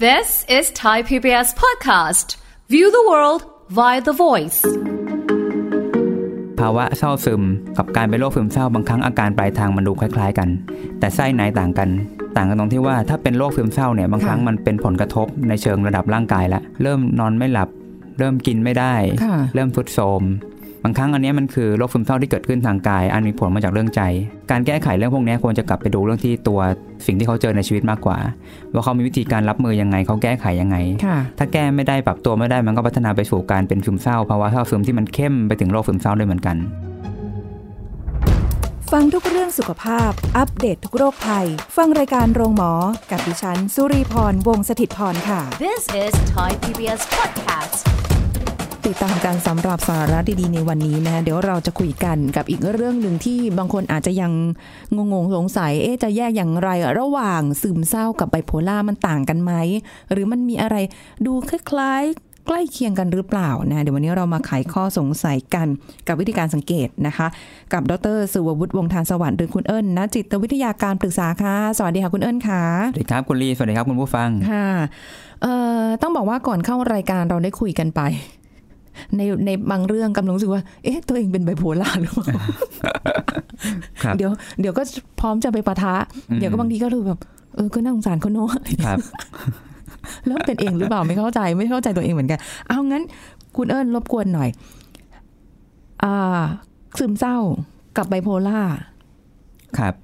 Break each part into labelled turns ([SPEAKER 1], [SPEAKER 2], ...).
[SPEAKER 1] This is Thai PBS podcast. View the world via the voice.
[SPEAKER 2] ภาวะเศร้าซึม กับการเป็นโรคซึมเศร้าบางครั้งอาการปลายทางมันดูคล้ายๆกัน แต่ไส้ในต่างกัน ต่างกันตรงที่ว่าถ้าเป็นโรคซึมเศร้าเนี่ยบางครั้งมันเป็นผลกระทบในเชิงระดับร่างกายละเริ่มนอนไม่หลับ เริ่มกินไม่ได้
[SPEAKER 3] ค่ะ
[SPEAKER 2] เริ่มทรุดโทรมบางครั้งอันเนี้ยมันคือโรคซึมเศร้าที่เกิดขึ้นทางกาย อันมีผลมาจากเรื่องใจ การแก้ไขเรื่องพวกเนี้ยควรจะกลับไปดูเรื่องที่ตัวสิ่งที่เขาเจอในชีวิตมากกว่า ว่าเขามีวิธีการรับมือยังไงเขาแก้ไขยังไง
[SPEAKER 3] ค่ะ
[SPEAKER 2] ถ้าแก้ไม่ได้ปรับตัวไม่ได้มันก็พัฒนาไปสู่การเป็นซึมเศร้าภาวะเศร้าซึมที่มันเข้มไปถึงโรคซึมเศร้าด้วยเหมือนกัน
[SPEAKER 4] ฟังทุกเรื่องสุขภาพ อัปเดตทุกโรคภัย ฟังรายการโรงหมอ กับดิฉัน สุรีพร วงศิตพรค่ะ
[SPEAKER 1] This is Thai PBS podcast.
[SPEAKER 3] ติดตามการสำหรับสาระดีๆในวันนี้นะคะเดี๋ยวเราจะคุยกันกับอีกเรื่องหนึ่งที่บางคนอาจจะยังงงๆสงสัย เอ๊ะจะแยกอย่างไร ระหว่างซึมเศร้ากับไบโพล่ามันต่างกันไหม หรือมันมีอะไรดูคล้ายๆ ใกล้เคียงกันหรือเปล่านะเดี๋ยววันนี้เรามาไขข้อสงสัยกันกับวิธีการสังเกตนะคะ กับดรสุวัวุฒิวงศ์ทานสวัสดิ์หรือคุณเอิญนะจิตวิทยาการปรึกษาค่ะสวัสดีค่ะคุณเอิญค่ะ
[SPEAKER 2] สวัสดีครับคุณลีสวัสดีครับคุณผู้ฟัง
[SPEAKER 3] ค่ะเอ่อต้องบอกว่าก่อนเข้ารายการเราได้คุยกันไป ในในบางเรื่องกำลังรู้สึกว่า เอ๊ะ ตัวเองเป็นไบโพล่าหรือเปล่า
[SPEAKER 2] ครับ
[SPEAKER 3] เดี๋ยวเดี๋ยวก็พร้อมจะไปปะทะ เดี๋ยวก็บางทีก็รู้แบบ เออ ก็น่าสงสารเขาเน อะ
[SPEAKER 2] ครับ
[SPEAKER 3] แล้วเป็นเองหรือเปล่าไม่เข้าใจไม่เข้าใจตัวเองเหมือนกัน เอางั้น คุณเอิญรบกวนหน่อย อ่า ซึมเศร้ากับไบโพล่า
[SPEAKER 2] ครับ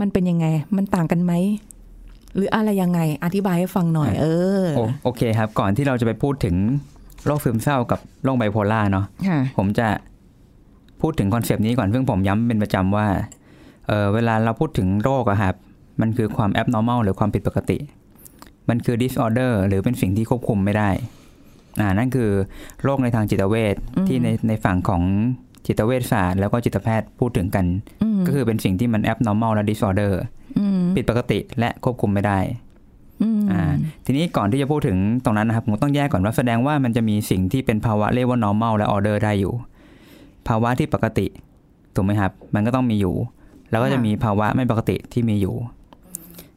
[SPEAKER 3] มันเป็นยังไง มันต่างกันไหม หรืออะไรยังไง อธิบายให้ฟังหน่อย เออ
[SPEAKER 2] โอโอเคครับ ก่อนที่เราจะไปพูดถึงโรคซึมเศร้ากับโรคไบโพล่าเนาะ
[SPEAKER 3] ค่ะ
[SPEAKER 2] ผมจะพูดถึงคอนเซปต์นี้ก่อนซึ่งผมย้ำเป็นประจำว่าเออเวลาเราพูดถึงโรคอะครับมันคือความ abnormal หรือความผิดปกติ มันคือ disorder หรือเป็นสิ่งที่ควบคุมไม่ได้อ่านั่นคือโรคในทางจิตเวช
[SPEAKER 3] อืม
[SPEAKER 2] ที่ในในฝั่งของจิตเวชศาสตร์แล้วก็จิตแพทย์พูดถึงกัน
[SPEAKER 3] อืม
[SPEAKER 2] ก็คือเป็นสิ่งที่มัน abnormal และ disorder
[SPEAKER 3] ม
[SPEAKER 2] ผิดปกติและควบคุมไม่ได้
[SPEAKER 3] อืม
[SPEAKER 2] อ่าทีนี้ก่อนที่จะพูดถึงตรงนั้นนะครับผมต้องแยกก่อนว่าแสดงว่ามันจะมีสิ่งที่เป็นภาวะเรียกว่า normal และ order ได้อยู่ ภาวะที่ปกติถูกไหมครับ มันก็ต้องมีอยู่ แล้วก็จะมีภาวะไม่ปกติที่มีอยู่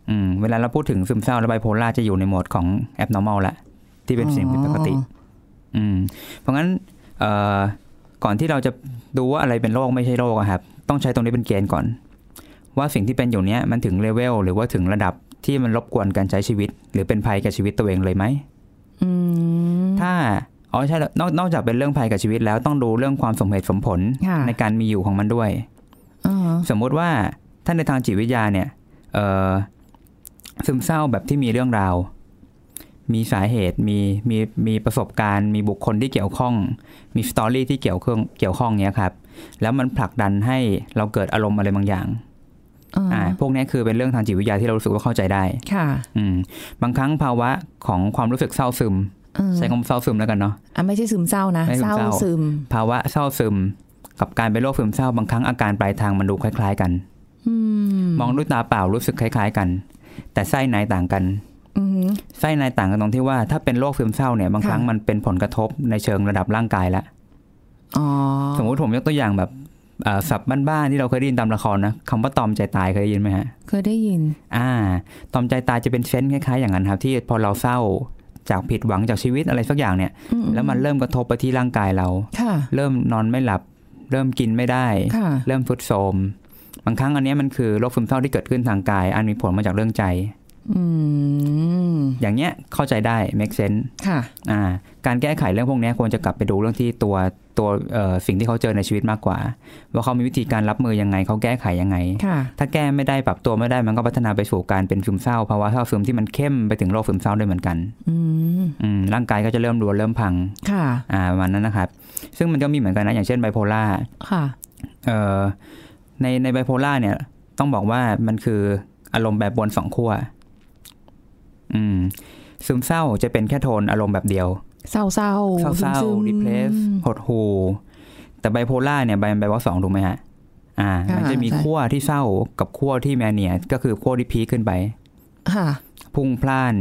[SPEAKER 2] อืมเวลาเราพูดถึงซึมเศร้าและไบโพล่าจะอยู่ในโหมดของ abnormal ละที่เป็นสิ่งผิดปกติ อืมเพราะงั้นเอ่อก่อนที่เราจะดูว่าอะไรเป็นโรคไม่ใช่โรคอะครับ ต้องใช้ตรงนี้เป็นเกณฑ์ก่อน ว่าสิ่งที่เป็นอยู่เนี้ยมันถึงเลเวลหรือว่าถึงระดับที่มันรบกวนการใช้ชีวิต หรือเป็นภัยแก่ชีวิตตัวเองเลยไหม
[SPEAKER 3] อืม
[SPEAKER 2] ถ้าอ๋อใช่แล้วนอกนอกจากเป็นเรื่องภัยกับชีวิตแล้วต้องดูเรื่องความสมเหตุสมผล
[SPEAKER 3] ค่ะ
[SPEAKER 2] ในการมีอยู่ของมันด้วย
[SPEAKER 3] อ่า
[SPEAKER 2] สมมุติว่าถ้าในทางจิตวิทยาเนี่ยเอ่อซึมเศร้าแบบที่มีเรื่องราว มีสาเหตุมีมีมีประสบการณ์ มีบุคคลที่เกี่ยวข้อง มีสตอรี่ที่เกี่ยวข้องเกี่ยวข้องเนี้ยครับ แล้วมันผลักดันให้เราเกิดอารมณ์อะไรบางอย่างอ่า
[SPEAKER 3] อ่า
[SPEAKER 2] พวกเนี้ยคือเป็นเรื่องทางจิตวิทยาที่เรารู้สึกว่าเข้าใจได้
[SPEAKER 3] ค่ะ
[SPEAKER 2] อืมบางครั้งภาวะของความรู้สึกเศร้าซึม
[SPEAKER 3] เออ
[SPEAKER 2] ใช้คำว่าเศร้าซึมแล้วกันเนาะ
[SPEAKER 3] อ่ะไม่ใช่ซึมเศร้านะ
[SPEAKER 2] ไม่ซึม
[SPEAKER 3] เศร้า
[SPEAKER 2] เศร้า
[SPEAKER 3] ซึม
[SPEAKER 2] ภาวะเศร้าซึม กับการเป็นโรคซึมเศร้าบางครั้งอาการปลายทางมันดูคล้าย ๆ กัน
[SPEAKER 3] อืม
[SPEAKER 2] มองด้วยตาเปล่ารู้สึกคล้าย ๆ กัน แต่ไส้ในต่างกัน
[SPEAKER 3] อืม
[SPEAKER 2] ไส้ในต่างกันตรงที่ว่าถ้าเป็นโรคซึมเศร้าเนี่ยบางครั้ง
[SPEAKER 3] ค่ะ
[SPEAKER 2] มันเป็นผลกระทบในเชิงระดับร่างกายละ
[SPEAKER 3] อ๋อ
[SPEAKER 2] สมมุติผมยกตัวอย่างแบบเอ่อศัพท์บ้านๆที่เราเคยได้ยินตามละครนะคำว่าตอมใจตายเคยได้ยินไหมฮะ
[SPEAKER 3] เคยได้ยิน
[SPEAKER 2] อ่า ตอมใจตายจะเป็นเซนส์คล้ายๆอย่างนั้นครับที่พอเราเศร้าจากผิดหวังจากชีวิตอะไรสักอย่างเนี่ย
[SPEAKER 3] อื
[SPEAKER 2] แล้วมันเริ่มกระทบไปที่ร่างกายเรา
[SPEAKER 3] ค่ะ
[SPEAKER 2] เริ่มนอนไม่หลับ เริ่มกินไม่ได้
[SPEAKER 3] ค่ะ
[SPEAKER 2] เริ่มทรุดโทรมบางครั้งอันเนี้ยมันคือโรคซึมเศร้าที่เกิดขึ้นทางกาย อันมีผลมาจากเรื่องใจ
[SPEAKER 3] อืม
[SPEAKER 2] อย่างเนี้ยเข้าใจได้ make sense
[SPEAKER 3] ค่ะ
[SPEAKER 2] อ่าการแก้ไขเรื่องพวกเนี้ยควรจะกลับไปดูเรื่องที่ตัวตัวเอ่อสิ่งที่เขาเจอในชีวิตมากกว่า ว่าเขามีวิธีการรับมือยังไง เขาแก้ไขยังไง
[SPEAKER 3] ค่ะ
[SPEAKER 2] ถ้าแก้ไม่ได้ปรับตัวไม่ได้มันก็พัฒนาไปสู่การเป็นซึมเศร้าภาวะเศร้าซึมที่มันเข้มไปถึงโรคซึมเศร้าด้วยเหมือนกัน
[SPEAKER 3] อืม
[SPEAKER 2] อืมร่างกายก็จะเริ่มรัวเริ่มพัง
[SPEAKER 3] ค่ะ
[SPEAKER 2] อ่าประมาณนั้นนะครับซึ่งมันก็มีเหมือนกันนะอย่างเช่นไบโพล่า
[SPEAKER 3] ค่ะ
[SPEAKER 2] เอ่อในในไบโพล่าเนี่ย ต้องบอกว่ามันคืออารมณ์แบบบนสองขั้วอืมซึมเศร้าจะเป็นแค่โทนอารมณ์แบบเดียว
[SPEAKER 3] เศร้าเศร้า
[SPEAKER 2] เศร้าเศร้า
[SPEAKER 3] ซึมๆ
[SPEAKER 2] ดิเพลสหดหูแต่ไบโพล่าเนี่ยไบไบว่าสองถูกไหมฮะ อ่า
[SPEAKER 3] ค่ะ
[SPEAKER 2] มันจะมี
[SPEAKER 3] ใช่
[SPEAKER 2] ขั้วที่เศร้ากับขั้วที่แมเนียก็คือขั้วที่พีคขึ้นไป
[SPEAKER 3] ค่ะ
[SPEAKER 2] พุ่งพล่าน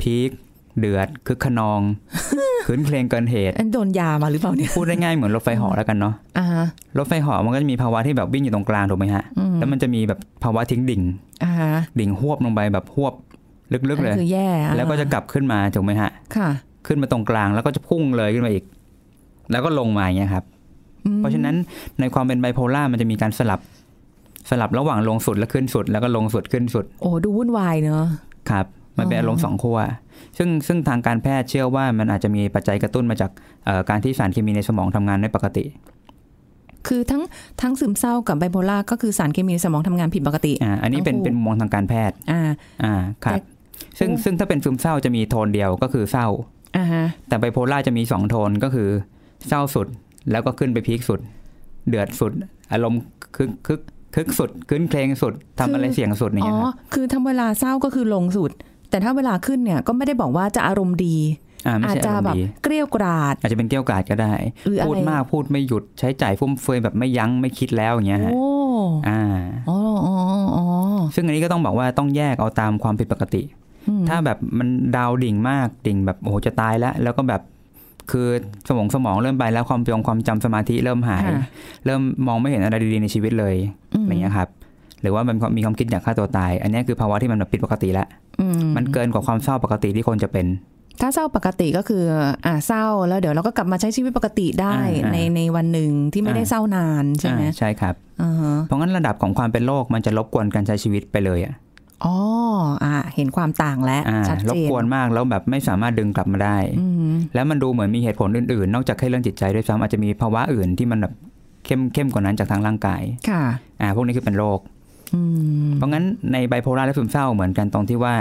[SPEAKER 2] พีคเดือด คึกขน อง ขืนเพลงเกินเหตุ
[SPEAKER 3] อันโดนยามาหรือเปล่าเนี่ย
[SPEAKER 2] พูดได้ง่ายเหมือนรถไฟเหอแล้วกันเนาะ
[SPEAKER 3] อ่าฮะ
[SPEAKER 2] รถไฟเหอมันก็จะมีภาวะที่แบบวิ่งอยู่ตรงกลางถูกไหมฮะ
[SPEAKER 3] อืม
[SPEAKER 2] แล้วมันจะมีแบบภาวะทิ้งดิ่ง
[SPEAKER 3] อ่าฮะ
[SPEAKER 2] ดิ่งหวบลงไปแบบหวบ ลึกๆเลย
[SPEAKER 3] คือแย่อ่
[SPEAKER 2] แล้วก็จะกลับขึ้นมาถูกไหมฮะ
[SPEAKER 3] ค่ะ
[SPEAKER 2] ขึ้นมาตรงกลางแล้วก็จะพุ่งเลยขึ้นมาอีก แล้วก็ลงมาอย่างเงี้ยครับ
[SPEAKER 3] อืม
[SPEAKER 2] เพราะฉะนั้นในความเป็นไบโพล่ามันจะมีการสลับ สลับระหว่างลงสุดและขึ้นสุด แล้วก็ลงสุดขึ้นสุด
[SPEAKER 3] โอ้ดูวุ่นวายเนอะ
[SPEAKER 2] ครับ มันเป็น
[SPEAKER 3] อ๋ออ
[SPEAKER 2] อารมณ์สองขั้วซึ่งซึ่งทางการแพทย์เชื่อว่ามันอาจจะมีปัจจัยกระตุ้นมาจากเอ่อการที่สารเคมีในสมองทำงานไม่ปกติ
[SPEAKER 3] คือทั้งทั้งซึมเศร้ากับไบโพล่าก็คือสารเคมีในสมองทำงานผิดปกติ
[SPEAKER 2] อ่าอันนี้เป็น
[SPEAKER 3] ทั้งคู่
[SPEAKER 2] เป็นมุมมองทางการแพทย์
[SPEAKER 3] อ่า
[SPEAKER 2] อ่าครับ
[SPEAKER 3] แต่
[SPEAKER 2] ซึ่งซึ่งถ้าเป็นซึมเศร้าจะมีโทนเดียวก็คือเศร้า
[SPEAKER 3] อ่าฮะ
[SPEAKER 2] แต่ไบโพล่าจะมีสองโทนก็คือเศร้าสุดแล้วก็ขึ้นไปพีคสุด เดือดสุด อารมณ์คึกคึกคึกสุดขึ้นเพลงสุดทำอะไรเสียงสุดอย่าง
[SPEAKER 3] อ๋
[SPEAKER 2] เงี้
[SPEAKER 3] อ
[SPEAKER 2] ยครับ
[SPEAKER 3] คือทำเวลาเศร้าก็คือลงสุด แต่ถ้าเวลาขึ้นเนี่ยก็ไม่ได้บอกว่าจะอารมณ์ดี
[SPEAKER 2] อ่าไม่
[SPEAKER 3] อาจ
[SPEAKER 2] ใช่
[SPEAKER 3] จะ
[SPEAKER 2] อารม
[SPEAKER 3] แบบ
[SPEAKER 2] ณ์ดี
[SPEAKER 3] เกลี้ยวกราด
[SPEAKER 2] อาจจะเป็นเกี้ยวกราดก็ได้
[SPEAKER 3] หรืออะไร
[SPEAKER 2] พูดมากพูดไม่หยุดใช้จ่ายฟุ่มเฟือยแบบไม่ยั้งไม่คิดแล้วอย่างเงี้ยฮะ
[SPEAKER 3] โอ้
[SPEAKER 2] อ่า
[SPEAKER 3] อ๋ออ๋ออ๋อ
[SPEAKER 2] ซึ่งอันนี้ก็ต้องบอกว่าต้องแยกเอาตามความผิดปกติ
[SPEAKER 3] อืม
[SPEAKER 2] ถ้าแบบมันดาวดิ่งมากดิ่งแบบโอ้โหจะตายแล้ว แล้วก็แบบคือสมองสมองเริ่มไปแล้วความจงความจำสมาธิเริ่มหาย
[SPEAKER 3] ค่ะ
[SPEAKER 2] เริ่มมองไม่เห็นอะไรดีๆในชีวิตเลย
[SPEAKER 3] อืม
[SPEAKER 2] อะไรเงี้ยครับหรือว่ามันมีความคิดอยากฆ่าตัวตาย อันเนี้ยคือภาวะที่มันแบบผิดปกติแล้ว
[SPEAKER 3] อืม
[SPEAKER 2] มันเกินกว่าความเศร้าปกติที่คนจะเป็น
[SPEAKER 3] ถ้าเศร้าปกติก็คือ อ่าเศร้าแล้วเดี๋ยวเราก็กลับมาใช้ชีวิตปกติได้
[SPEAKER 2] อ่าอ่า
[SPEAKER 3] ในในวันหนึ่งที่ไม่ได้
[SPEAKER 2] อ่า
[SPEAKER 3] เศร้านานใช่ไหม
[SPEAKER 2] อ่าใช่ครับ
[SPEAKER 3] อ่าฮะ
[SPEAKER 2] เพราะงั้นระดับของความเป็นโรคมันจะรบกวนการใช้ชีวิตไปเลยอะ
[SPEAKER 3] อ๋ออ่า เห็นความต่างแล้ว
[SPEAKER 2] อ่า
[SPEAKER 3] ชัด
[SPEAKER 2] ร
[SPEAKER 3] เจ
[SPEAKER 2] บ
[SPEAKER 3] น
[SPEAKER 2] กวนมากแล้วแบบไม่สามารถดึงกลับมาได้
[SPEAKER 3] อืม
[SPEAKER 2] แล้วมันดูเหมือนมีเหตุผลอื่นๆ นอกจากแค่เรื่องจิตใจด้วยซ้ำอาจจะมีภาวะอื่นที่มันแบบเข้มเข้มกว่านั้นจากทางร่างกาย
[SPEAKER 3] ค่ะ
[SPEAKER 2] อ่าพวกนี้คือเป็นโรค
[SPEAKER 3] อืม
[SPEAKER 2] เพราะงั้นในไบโพล่าและซึมเศร้าเหมือนกันตรงที่ว่า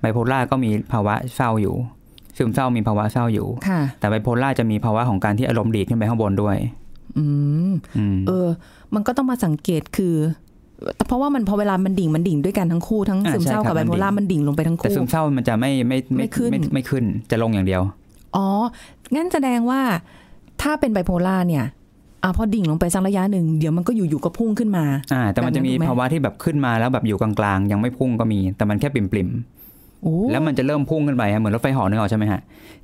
[SPEAKER 2] ไบโพล่าก็มีภาวะเศร้าอยู่ซึมเศร้ามีภาวะเศร้าอยู่
[SPEAKER 3] ค่ะ
[SPEAKER 2] แต่ไบโพล่าจะมีภาวะของการที่อารมณ์ดีดขึ้นไปข้างบนด้วย
[SPEAKER 3] อืม
[SPEAKER 2] อืม
[SPEAKER 3] เออ มันก็ต้องมาสังเกตคือแต่เพราะว่ามันพอเวลามันดิ่งมันดิ่งด้วยกันทั้งคู่ทั้ง
[SPEAKER 2] อ่า
[SPEAKER 3] ซึมเศร้า
[SPEAKER 2] ใช่ครั
[SPEAKER 3] กับบไบ
[SPEAKER 2] มันดิ่ง
[SPEAKER 3] โพล่ามันดิ่งลงไปทั้ง
[SPEAKER 2] แต่
[SPEAKER 3] คู่
[SPEAKER 2] ซึมเศร้ามันจะไม่ไม่
[SPEAKER 3] ไม่ขึ้น
[SPEAKER 2] ไม่ไม่ขึ้นจะลงอย่างเดียว
[SPEAKER 3] อ๋อ งั้นแสดงว่าถ้าเป็นไบโพล่าเนี่ยอ่ะพอดิ่งลงไปสักระยะหนึ่งเดี๋ยวมันก็อยู่ๆก็พุ่งขึ้นมา
[SPEAKER 2] อ่า แต่มันจะมี
[SPEAKER 3] แบบนั้นถูกไหม
[SPEAKER 2] ภาวะที่แบบขึ้นมาแล้วแบบอยู่กลางๆยังไม่พุ่งก็มี แต่มันแค่ปริ่ม
[SPEAKER 3] โอ้
[SPEAKER 2] ๆแล้วมันจะเริ่มพุ่งขึ้นไปฮะเหมือนรถไฟเหอนึกออกใช่ไหมฮะ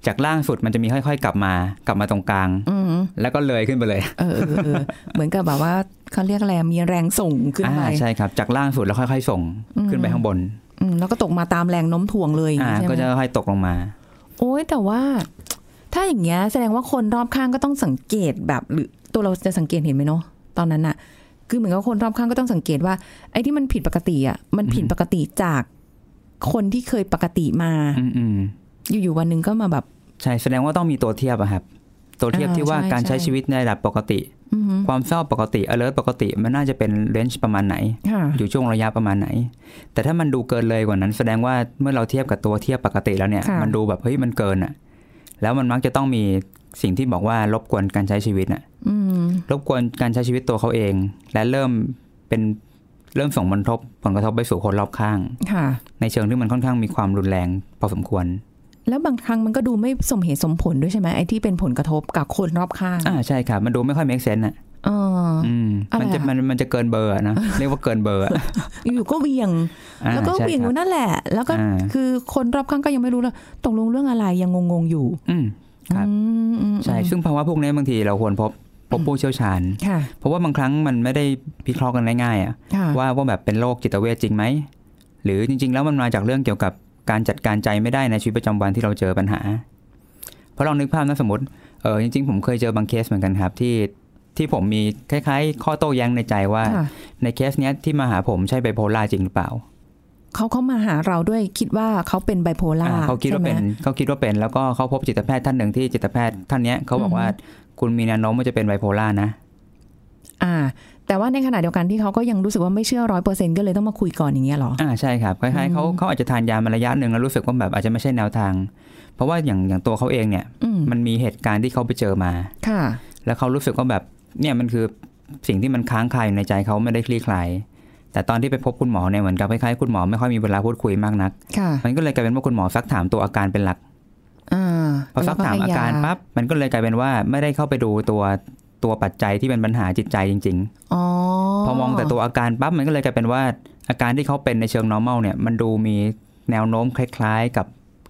[SPEAKER 2] จากล่างสุดมันจะมีค่อยๆ กลับมา กลับมาตรงกลาง
[SPEAKER 3] อืม
[SPEAKER 2] แล้วก็เลยขึ้นไปเลย
[SPEAKER 3] เออเออเออ เหมือนกับแบบว่าเขาเรียกอะไรมีแรงส่งขึ้นไป
[SPEAKER 2] อ่าใช่ครับ จากล่างสุดแล้วค่อยๆ ส่งขึ้นไปข้างบน
[SPEAKER 3] อืมแล้วก็ตกมาตามแรงโน้มถ่วงเลยอย่าง
[SPEAKER 2] อ่า
[SPEAKER 3] นี้ใช่ไห
[SPEAKER 2] ก็
[SPEAKER 3] ม
[SPEAKER 2] จะค่อยๆตกลงมา
[SPEAKER 3] โอ้ยแต่ว่า ถ้าอย่างเงี้ยแสดงว่าคนรอบข้างก็ต้องสังเกตแบบหรือตัวเราจะสังเกตเห็นไหมเนาะตอนนั้นอะคือเหมือนกับคนรอบข้างก็ต้องสังเกตว่า ไอ้ที่มันผิดปกติอะมันผิดปกติจากคนที่เคยปกติมา
[SPEAKER 2] อืม
[SPEAKER 3] อยู่ๆวันหนึ่งก็มาแบบ
[SPEAKER 2] ๆใช่แสดงว่าต้องมีตัวเทียบอะครับ ตัวเทียบ
[SPEAKER 3] อ่า
[SPEAKER 2] ที่ว่า
[SPEAKER 3] ใช่
[SPEAKER 2] การใช้
[SPEAKER 3] ใช่
[SPEAKER 2] ชีวิตในระดับปกติ
[SPEAKER 3] อือหือ
[SPEAKER 2] ความเศร้าปกติ alert ปกติมันน่าจะเป็นเลนจ์ประมาณไหน
[SPEAKER 3] ค่ะ
[SPEAKER 2] อยู่ช่วงระยะประมาณไหน แต่ถ้ามันดูเกินเลยกว่านั้น แสดงว่าเมื่อเราเทียบกับตัวเทียบปกติแล้วเนี่ย
[SPEAKER 3] ค่ะ
[SPEAKER 2] มันดูแบบเฮ้ยมันเกินอะแล้วมันมักจะต้องมีสิ่งที่บอกว่ารบกวนการใช้ชีวิตอะ
[SPEAKER 3] อืม
[SPEAKER 2] รบกวนการใช้ชีวิตตัวเขาเอง และเริ่มเป็นเริ่มส่งผลกระทบผลกระทบไปสู่คนรอบข้าง
[SPEAKER 3] ค่ะ
[SPEAKER 2] ในเชิงที่มันค่อนข้างมีความรุนแรงพอสมควร
[SPEAKER 3] แล้วบางครั้งมันก็ดูไม่สมเหตุสมผลด้วยใช่ไหมไอ้ที่เป็นผลกระทบกับคนรอบข้าง
[SPEAKER 2] อ่าใช่ครับมันดูไม่ค่อย make sense อะ
[SPEAKER 3] เออ
[SPEAKER 2] อืม
[SPEAKER 3] อะไร
[SPEAKER 2] มันจะ
[SPEAKER 3] อะ
[SPEAKER 2] มันมันจะเกินเบอร์อะ นะ เรียกว่าเกินเบอร์อะ
[SPEAKER 3] อยู่ๆก็เหวียง
[SPEAKER 2] อ่า
[SPEAKER 3] แล้วก็
[SPEAKER 2] ใช่
[SPEAKER 3] เหวียง
[SPEAKER 2] ค
[SPEAKER 3] อ
[SPEAKER 2] รับ
[SPEAKER 3] ยู่นั่นแหละ แล้วก็
[SPEAKER 2] อ่า
[SPEAKER 3] คือคนรอบข้างก็ยังไม่รู้เลยตกลงเรื่องอะไรยังงงๆอยู่
[SPEAKER 2] อืม ครับ
[SPEAKER 3] อืมอืม
[SPEAKER 2] ใช่ซึ่งภาวะพวกนี้บางทีเราควรพบพบผู้เชี่ยวชาญ
[SPEAKER 3] ค่ะ
[SPEAKER 2] เพราะว่าบางครั้งมันไม่ได้พิเคราะห์กันง่ายๆอะ
[SPEAKER 3] ค่ะ
[SPEAKER 2] ว่าว่าแบบเป็นโรคจิตเวชจริงไหม หรือจริงๆ แล้วมันมาจากเรื่องเกี่ยวกับการจัดการใจไม่ได้ในชีวิตประจำวันที่เราเจอปัญหา เพราะลองนึกภาพนะสมมติเออจริง ๆ ผมเคยเจอบางเคสเหมือนกันครับที่ที่ผมมีคล้ายๆ ข้อโต้แย้งในใจว่า
[SPEAKER 3] ค่ะ
[SPEAKER 2] ในเคสเนี้ยที่มาหาผมใช่ไบโพล่าจริงหรือเปล่า
[SPEAKER 3] เขาเขามาหาเราด้วยคิดว่าเขาเป็นไบโพล่า
[SPEAKER 2] อ่าเขาคิดว่าเป็น
[SPEAKER 3] ใช่ไหม
[SPEAKER 2] เขาคิดว่าเป็น แล้วก็เขาพบจิตแพทย์ท่านหนึ่งที่จิตแพทย์ท่านเนี้ยเขาบอกว่า
[SPEAKER 3] อื
[SPEAKER 2] คุณมีแนวโน้มว่าจะเป็นไบโพล่านะ
[SPEAKER 3] อ่า แต่ว่าในขณะเดียวกันที่เขาก็ยังรู้สึกว่าไม่เชื่อร้อยเปอร์เซ็นก็เลยต้องมาคุยก่อนอย่างเงี้ยเหรอ
[SPEAKER 2] อ่าใช่ครับคล้ายๆเขาเขาอาจจะทานยามาระยะหนึ่งแล้วรู้สึกว่าแบบอาจจะไม่ใช่แนวทาง เพราะว่าอย่างอย่างตัวเขาเองเนี่ย
[SPEAKER 3] อืม
[SPEAKER 2] มันมีเหตุการณ์ที่เขาไปเจอมา
[SPEAKER 3] ค่ะ
[SPEAKER 2] แล้วเขารู้สึกว่าแบบเนี่ยมันคือสิ่งที่มันค้างคาอยู่ในใจเขาไม่ได้คลี่คลายแต่ตอนที่ไปพบคุณหมอเนี่ยเหมือนกับคล้ายๆคุณหมอไม่ค่อยมีเวลาพูดคุยมากนัก
[SPEAKER 3] ค่ะ
[SPEAKER 2] มันก็เลยกลายเป็นว่าคุณหมอซักถามตัวอาการเป็นหลัก
[SPEAKER 3] อ่า
[SPEAKER 2] พอซักถามอาการปั๊บมันก็เลยกลายเป็นว่าไม่ได้เข้าไปดูตัวตัวปัจจัยที่เป็นปัญหาจิตใจจริง ๆ
[SPEAKER 3] อ๋อ
[SPEAKER 2] พอมองแต่ตัวอาการปั๊บมันก็เลยกลายเป็นว่าอาการที่เขาเป็นในเชิง normal เนี่ย มันดูมีแนวโน้มคล้ายๆ กับ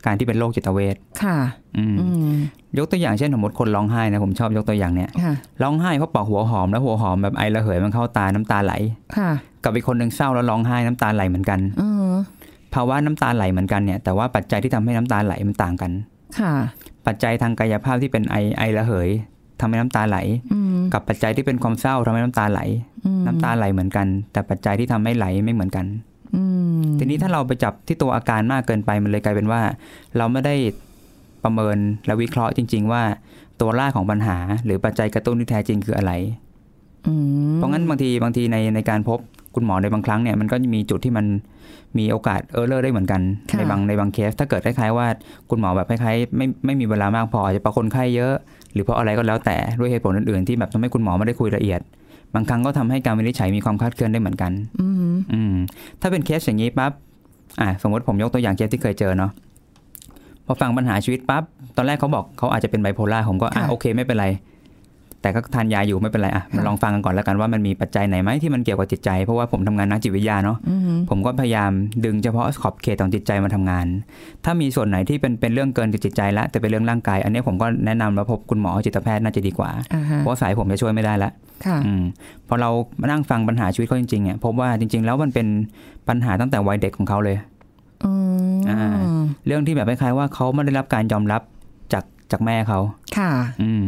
[SPEAKER 2] การที่เป็นโรคจิตเวช
[SPEAKER 3] ค่ะ
[SPEAKER 2] อืม
[SPEAKER 3] อืม
[SPEAKER 2] ยกตัวอย่างเช่นสมมติคนร้องไห้นะผมชอบยกตัวอย่างเนี่ย
[SPEAKER 3] ค่ะ
[SPEAKER 2] ร้องไห้เพราะปอกหัวหอมแล้วหัวหอมแบบไอระเหยมันเข้าตาน้ำตาไหล
[SPEAKER 3] ค่ะ
[SPEAKER 2] กับอีกคนหนึ่งเศร้าแล้วร้องไห้น้ำตาไหลเหมือนกัน
[SPEAKER 3] อืม
[SPEAKER 2] ภาวะน้ำตาไหลเหมือนกันเนี่ยแต่ว่าปัจจัยที่ทำให้น้ำตาไหลมันต่างกัน
[SPEAKER 3] ค่ะ
[SPEAKER 2] ปัจจัยทางกายภาพที่เป็นไอไอระเหยทำให้น้ำตาไหล
[SPEAKER 3] อืม
[SPEAKER 2] กับปัจจัยที่เป็นความเศร้าทำให้น้ำตาไหล
[SPEAKER 3] อืม
[SPEAKER 2] น้ำตาไหลเหมือนกัน แต่ปัจจัยที่ทำให้ไหลไม่เหมือนกัน
[SPEAKER 3] อืม
[SPEAKER 2] ทีนี้ถ้าเราไปจับที่ตัวอาการมากเกินไปมันเลยกลายเป็นว่า เราไม่ได้ประเมินและวิเคราะห์จริง ๆ ว่าตัวรากของปัญหา หรือปัจจัยกระตุ้นที่แท้จริงคืออะไร
[SPEAKER 3] อืม
[SPEAKER 2] เพราะงั้นบางทีบางทีในในการพบคุณหมอในบางครั้งเนี่ยมันก็จะมีจุดที่มันมีโอกาสเออเลอร์ได้เหมือนกัน
[SPEAKER 3] ะ
[SPEAKER 2] ในบางในบางเคส ถ้าเกิดคล้ายๆว่าคุณหมอแบบคล้ายๆไม่ไม่มีเวลามากพออาจจะประคนไข้เยอะ หรือเพราะอะไรก็แล้วแต่ด้วยเหตุผลอื่นๆที่แบบทำให้คุณหมอไม่ได้คุยละเอียด บางครั้งก็ทำให้การวินิจฉัยมีความคลาดเคลื่อนได้เหมือนกัน
[SPEAKER 3] อืม
[SPEAKER 2] อืมถ้าเป็นเคสอย่างนี้ปั๊บอ่ะสมมติผมยกตัวอย่างเคสที่เคยเจอเนาะพอฟังปัญหาชีวิตปั๊บตอนแรกเขาบอกเขาอาจจะเป็นไบโพล่าผมก็อ่ะ
[SPEAKER 3] ค่ะ
[SPEAKER 2] โอเคไม่เป็นไร แต่ก็ทานยาอยู่ไม่เป็นไรอ่ะมา
[SPEAKER 3] ค่ะ
[SPEAKER 2] ลองฟังกันก่อนแล้วกันว่ามันมีปัจจัยไหนไหมที่มันเกี่ยวกับจิตใจ เพราะว่าผมทำงานนักจิตวิทยาเนาะ
[SPEAKER 3] อืม
[SPEAKER 2] ผมก็พยายามดึงเฉพาะขอบเขตของจิตใจมาทำงาน ถ้ามีส่วนไหนที่เป็นเป็นเรื่องเกินจิตใจละแต่เป็นเรื่องร่างกาย อันนี้ผมก็แนะนำมาพบคุณหมอจิตแพทย์น่าจะดีกว่า
[SPEAKER 3] อ่าฮะ
[SPEAKER 2] เพราะสายผมจะช่วยไม่ได้ละ
[SPEAKER 3] ค่ะ
[SPEAKER 2] อืมพอเรามานั่งฟังปัญหาชีวิตเขาจริงๆเนี่ยพบว่าจริง ๆ แล้วมันเป็นปัญหาตั้งแต่วัยเด็กของเขาเลย
[SPEAKER 3] อืม
[SPEAKER 2] อ่า เรื่องที่แบบคล้ายๆว่าเขาไม่ได้รับการยอมรับจากจากแม่เขา
[SPEAKER 3] ค่ะ
[SPEAKER 2] อืม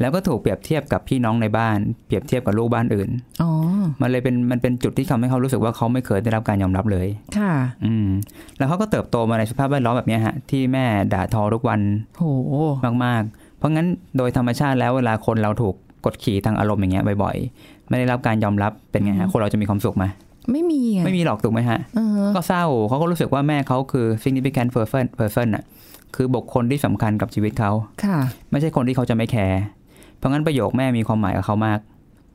[SPEAKER 2] แล้วก็ถูกเปรียบเทียบกับพี่น้องในบ้าน เปรียบเทียบกับลูกบ้านอื่น
[SPEAKER 3] อ๋อ
[SPEAKER 2] มันเลยเป็นมันเป็นจุดที่ทำให้เขารู้สึกว่าเขาไม่เคยได้รับการยอมรับเลย
[SPEAKER 3] ค่ะ
[SPEAKER 2] อืมแล้วเขาก็เติบโตมาในสภาพแวดล้อมแบบเนี้ยฮะที่แม่ด่าทอทุกวัน
[SPEAKER 3] โห
[SPEAKER 2] มากๆ เพราะงั้นโดยธรรมชาติแล้วเวลาคนเราถูกกดขี่ทางอารมณ์อย่างเงี้ยบ่อยๆไม่ได้รับการยอมรับเป็นไงฮะคนเราจะมีความสุขไหม
[SPEAKER 3] ไม่มีไง
[SPEAKER 2] ไม่มีหรอกถูกไหมฮะ
[SPEAKER 3] เออ
[SPEAKER 2] ก็เศร้าเขาก็รู้สึกว่าแม่เขาคือ significant person person น่ะคือบุคคลที่สำคัญกับชีวิตเขา
[SPEAKER 3] ค่ะ
[SPEAKER 2] ไม่ใช่คนที่เขาจะไม่แคร์เพราะงั้นประโยคแม่มีความหมายกับเขามาก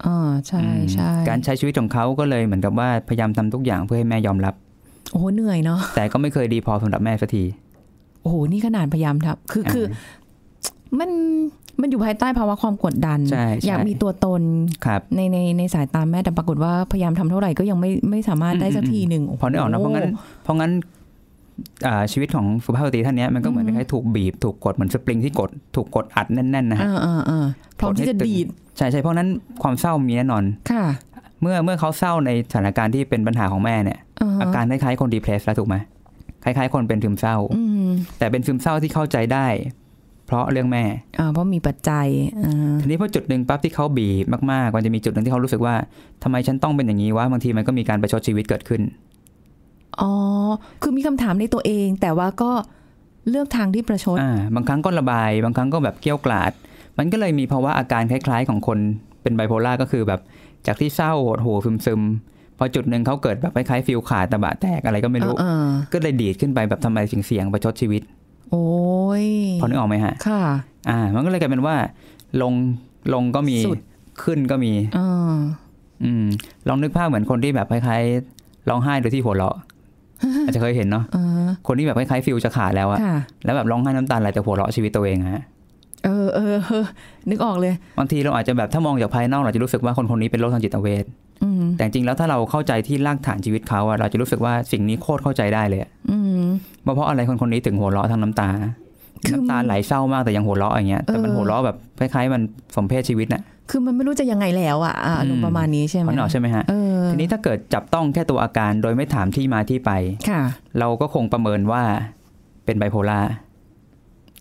[SPEAKER 3] อ่าใช่
[SPEAKER 2] อืม
[SPEAKER 3] ใช่
[SPEAKER 2] การใช้ชีวิตของเขาก็เลยเหมือนกับว่าพยายามทำทุกอย่างเพื่อให้แม่ยอมรับ
[SPEAKER 3] โอ้โหเหนื่อยเนาะ
[SPEAKER 2] แต่ก็ไม่เคยดีพอสำหรับแม่สักที
[SPEAKER 3] โอ้โห นี่ขนาดพยายามทำคือคือ
[SPEAKER 2] า
[SPEAKER 3] มัน มันอยู่ภายใต้ภาวะความกดดัน
[SPEAKER 2] ใช่ใช่
[SPEAKER 3] อยากมีตัวตน
[SPEAKER 2] ครับ
[SPEAKER 3] ในในในสายตาแม่ แต่ปรากฏว่าพยายามทำเท่าไหร่ก็ยังไม่ไม่สามารถได้สักทีหนึ่ง
[SPEAKER 2] พอได้ออกนะเพราะงั้น เพราะงั้นอ่าชีวิตของสุภาพสตรีท่านเนี้ยมันก็เหมือนคล้ายๆถูกบีบถูกกดเหมือนสปริงที่กดถูกกดอัดแน่นๆนะฮะ
[SPEAKER 3] อ่าอ่าอ่าพร้อมที่จะดีด
[SPEAKER 2] ใช่ใช่เพราะงั้นความเศร้ามีแน่นอน
[SPEAKER 3] ค่ะ
[SPEAKER 2] เมื่อเมื่อเขาเศร้าในสถานการณ์ที่เป็นปัญหาของแม่เนี่ย
[SPEAKER 3] อ่าฮะ
[SPEAKER 2] อาการคล้ายๆคนดีเพรสแล้วถูกไหมคล้ายๆ คนเป็นซึมเศร้า
[SPEAKER 3] อืม
[SPEAKER 2] แต่เป็นซึมเศร้าที่เข้าใจได้ เพราะเรื่องแม่
[SPEAKER 3] อ่าเพราะมีปัจจัยอ่า
[SPEAKER 2] ทีนี้พอจุดหนึ่งปั๊บที่เขาบีบมากๆ มันจะมีจุดหนึ่งที่เขารู้สึกว่าทำไมฉันต้องเป็นอย่างนี้วะบางทีมันก็มีการประชดชีวิตเกิดขึ้น
[SPEAKER 3] อ๋อ คือมีคำถามในตัวเอง แต่ว่าก็เลือกทางที่ประชด
[SPEAKER 2] อ่า บางครั้งก็ระบาย บางครั้งก็แบบเกรี้ยวกราด มันก็เลยมีภาวะอาการคล้าย ๆ ของคนเป็นไบโพล่าก็คือแบบจากที่เศร้าโหดหูซึมซึมๆพอจุดหนึ่งเขาเกิดแบบคล้ายๆฟิลขาดตะบะแตกอะไรก็ไม่รู้
[SPEAKER 3] อ่าอ่า
[SPEAKER 2] ก็เลยดีดขึ้นไปแบบทำไมเสียงเสียงๆประชดชีวิต
[SPEAKER 3] โอ้ย
[SPEAKER 2] พอนึกออกไหมฮะ
[SPEAKER 3] ค่ะ
[SPEAKER 2] อ่า มันก็เลยกลายเป็นว่า ลง ลงก็มี
[SPEAKER 3] สุด
[SPEAKER 2] ขึ้นก็มี
[SPEAKER 3] อ่า
[SPEAKER 2] อืม ลองนึกภาพเหมือนคนที่แบบคล้ายๆร้องไห้โดยที่หัว เราะ อาจจะเคยเห็นเนาะ
[SPEAKER 3] อ่า
[SPEAKER 2] คนที่แบบคล้ายๆฟิลจะขาดแล้วอะ
[SPEAKER 3] ค่ะ
[SPEAKER 2] แล้วแบบร้องไห้น้ำตาไหลแต่หัวเราะชีวิตตัวเองอะฮะ
[SPEAKER 3] เออเอ อเออนึกออกเลย
[SPEAKER 2] บางทีเราอาจจะแบบถ้ามองจากภายนอกเราจะรู้สึกว่าคนคนนี้เป็นโรคทางจิตเวช
[SPEAKER 3] อืม
[SPEAKER 2] แต่จริงๆแล้วถ้าเราเข้าใจที่รากฐานชีวิตเขาอะเราจะรู้สึกว่าสิ่งนี้โคตรเข้าใจได้เลยอะ
[SPEAKER 3] อืม
[SPEAKER 2] ว่าเพราะอะไรคนคนนี้ถึงหัวเราะทั้งน้ำตา
[SPEAKER 3] คือ
[SPEAKER 2] น้ำตาไหลเศร้ามากแต่ยังหัวเราะอย่างเงี้ย แต่มัน
[SPEAKER 3] เออ
[SPEAKER 2] หัวเราะแบบคล้ายๆ มันสมเพศชีวิตน่ะ
[SPEAKER 3] คือมันไม่รู้จะยังไงแล้วอ่ะอ่าอารม
[SPEAKER 2] อื
[SPEAKER 3] ณ์
[SPEAKER 2] ม
[SPEAKER 3] ประมาณนี้ใช่ไหม
[SPEAKER 2] มันออกใช่ไหมฮะ
[SPEAKER 3] เออ
[SPEAKER 2] ทีนี้ถ้าเกิดจับต้องแค่ตัวอาการโดยไม่ถามที่มาที่ไป
[SPEAKER 3] ค่ะ
[SPEAKER 2] เราก็คงประเมินว่าเป็นไบโพล่า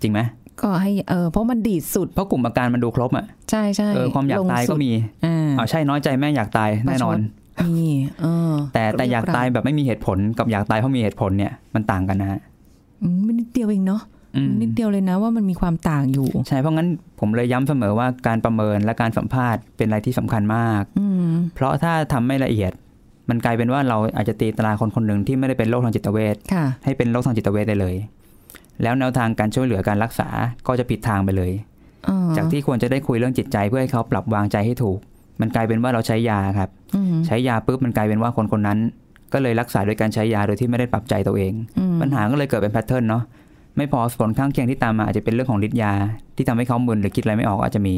[SPEAKER 2] จริงไหม
[SPEAKER 3] ก็ให้เออเพราะมันดีดสุด
[SPEAKER 2] เพราะกลุ่มอาการมันดูครบอ่ะ
[SPEAKER 3] ใช่ใช่
[SPEAKER 2] เออความอยากตายก็มี
[SPEAKER 3] อ่า
[SPEAKER 2] อ๋อใช่น้อยใจแม่อยากตายแน่นอน
[SPEAKER 3] ประช นี่เออ
[SPEAKER 2] แต่แต่
[SPEAKER 3] เรียก
[SPEAKER 2] อยากตายแบบไม่มีเหตุผลกับอยากตายเพราะมีเหตุผลเนี่ยมันต่างกันนะฮะ
[SPEAKER 3] อืมมันนิดเดียวเองเนาะ
[SPEAKER 2] อืม
[SPEAKER 3] มันนิดเดียวเลยนะว่ามันมีความต่างอยู่
[SPEAKER 2] ใช่เพราะงั้นผมเลยย้ำเสมอว่าการประเมินและการสัมภาษณ์เป็นอะไรที่สำคัญมาก
[SPEAKER 3] อืม
[SPEAKER 2] เพราะถ้าทำไม่ละเอียด มันกลายเป็นว่าเราอาจจะตีตราคนคนหนึ่งที่ไม่ได้เป็นโรคทางจิตเวช
[SPEAKER 3] ค่ะ
[SPEAKER 2] ให้เป็นโรคทางจิตเวชได้เลย แล้วแนวทางการช่วยเหลือการรักษาก็จะผิดทางไปเลย
[SPEAKER 3] เออ
[SPEAKER 2] จากที่ควรจะได้คุยเรื่องจิตใจเพื่อให้เขาปรับวางใจให้ถูก มันกลายเป็นว่าเราใช้ยาครับ
[SPEAKER 3] อืม
[SPEAKER 2] ใช้ยาปุ๊บมันกลายเป็นว่าคนคนนั้น ก็เลยรักษาโดยการใช้ยาโดยที่ไม่ได้ปรับใจตัวเอง
[SPEAKER 3] อืม
[SPEAKER 2] ปัญหาก็เลยเกิดเป็นแพทเทิร์นเนาะ ไม่พอผลข้างเคียงที่ตามมาอาจจะเป็นเรื่องของฤทธิ์ยา ที่ทำให้เขามึนหรือคิดอะไรไม่ออกอาจจะมี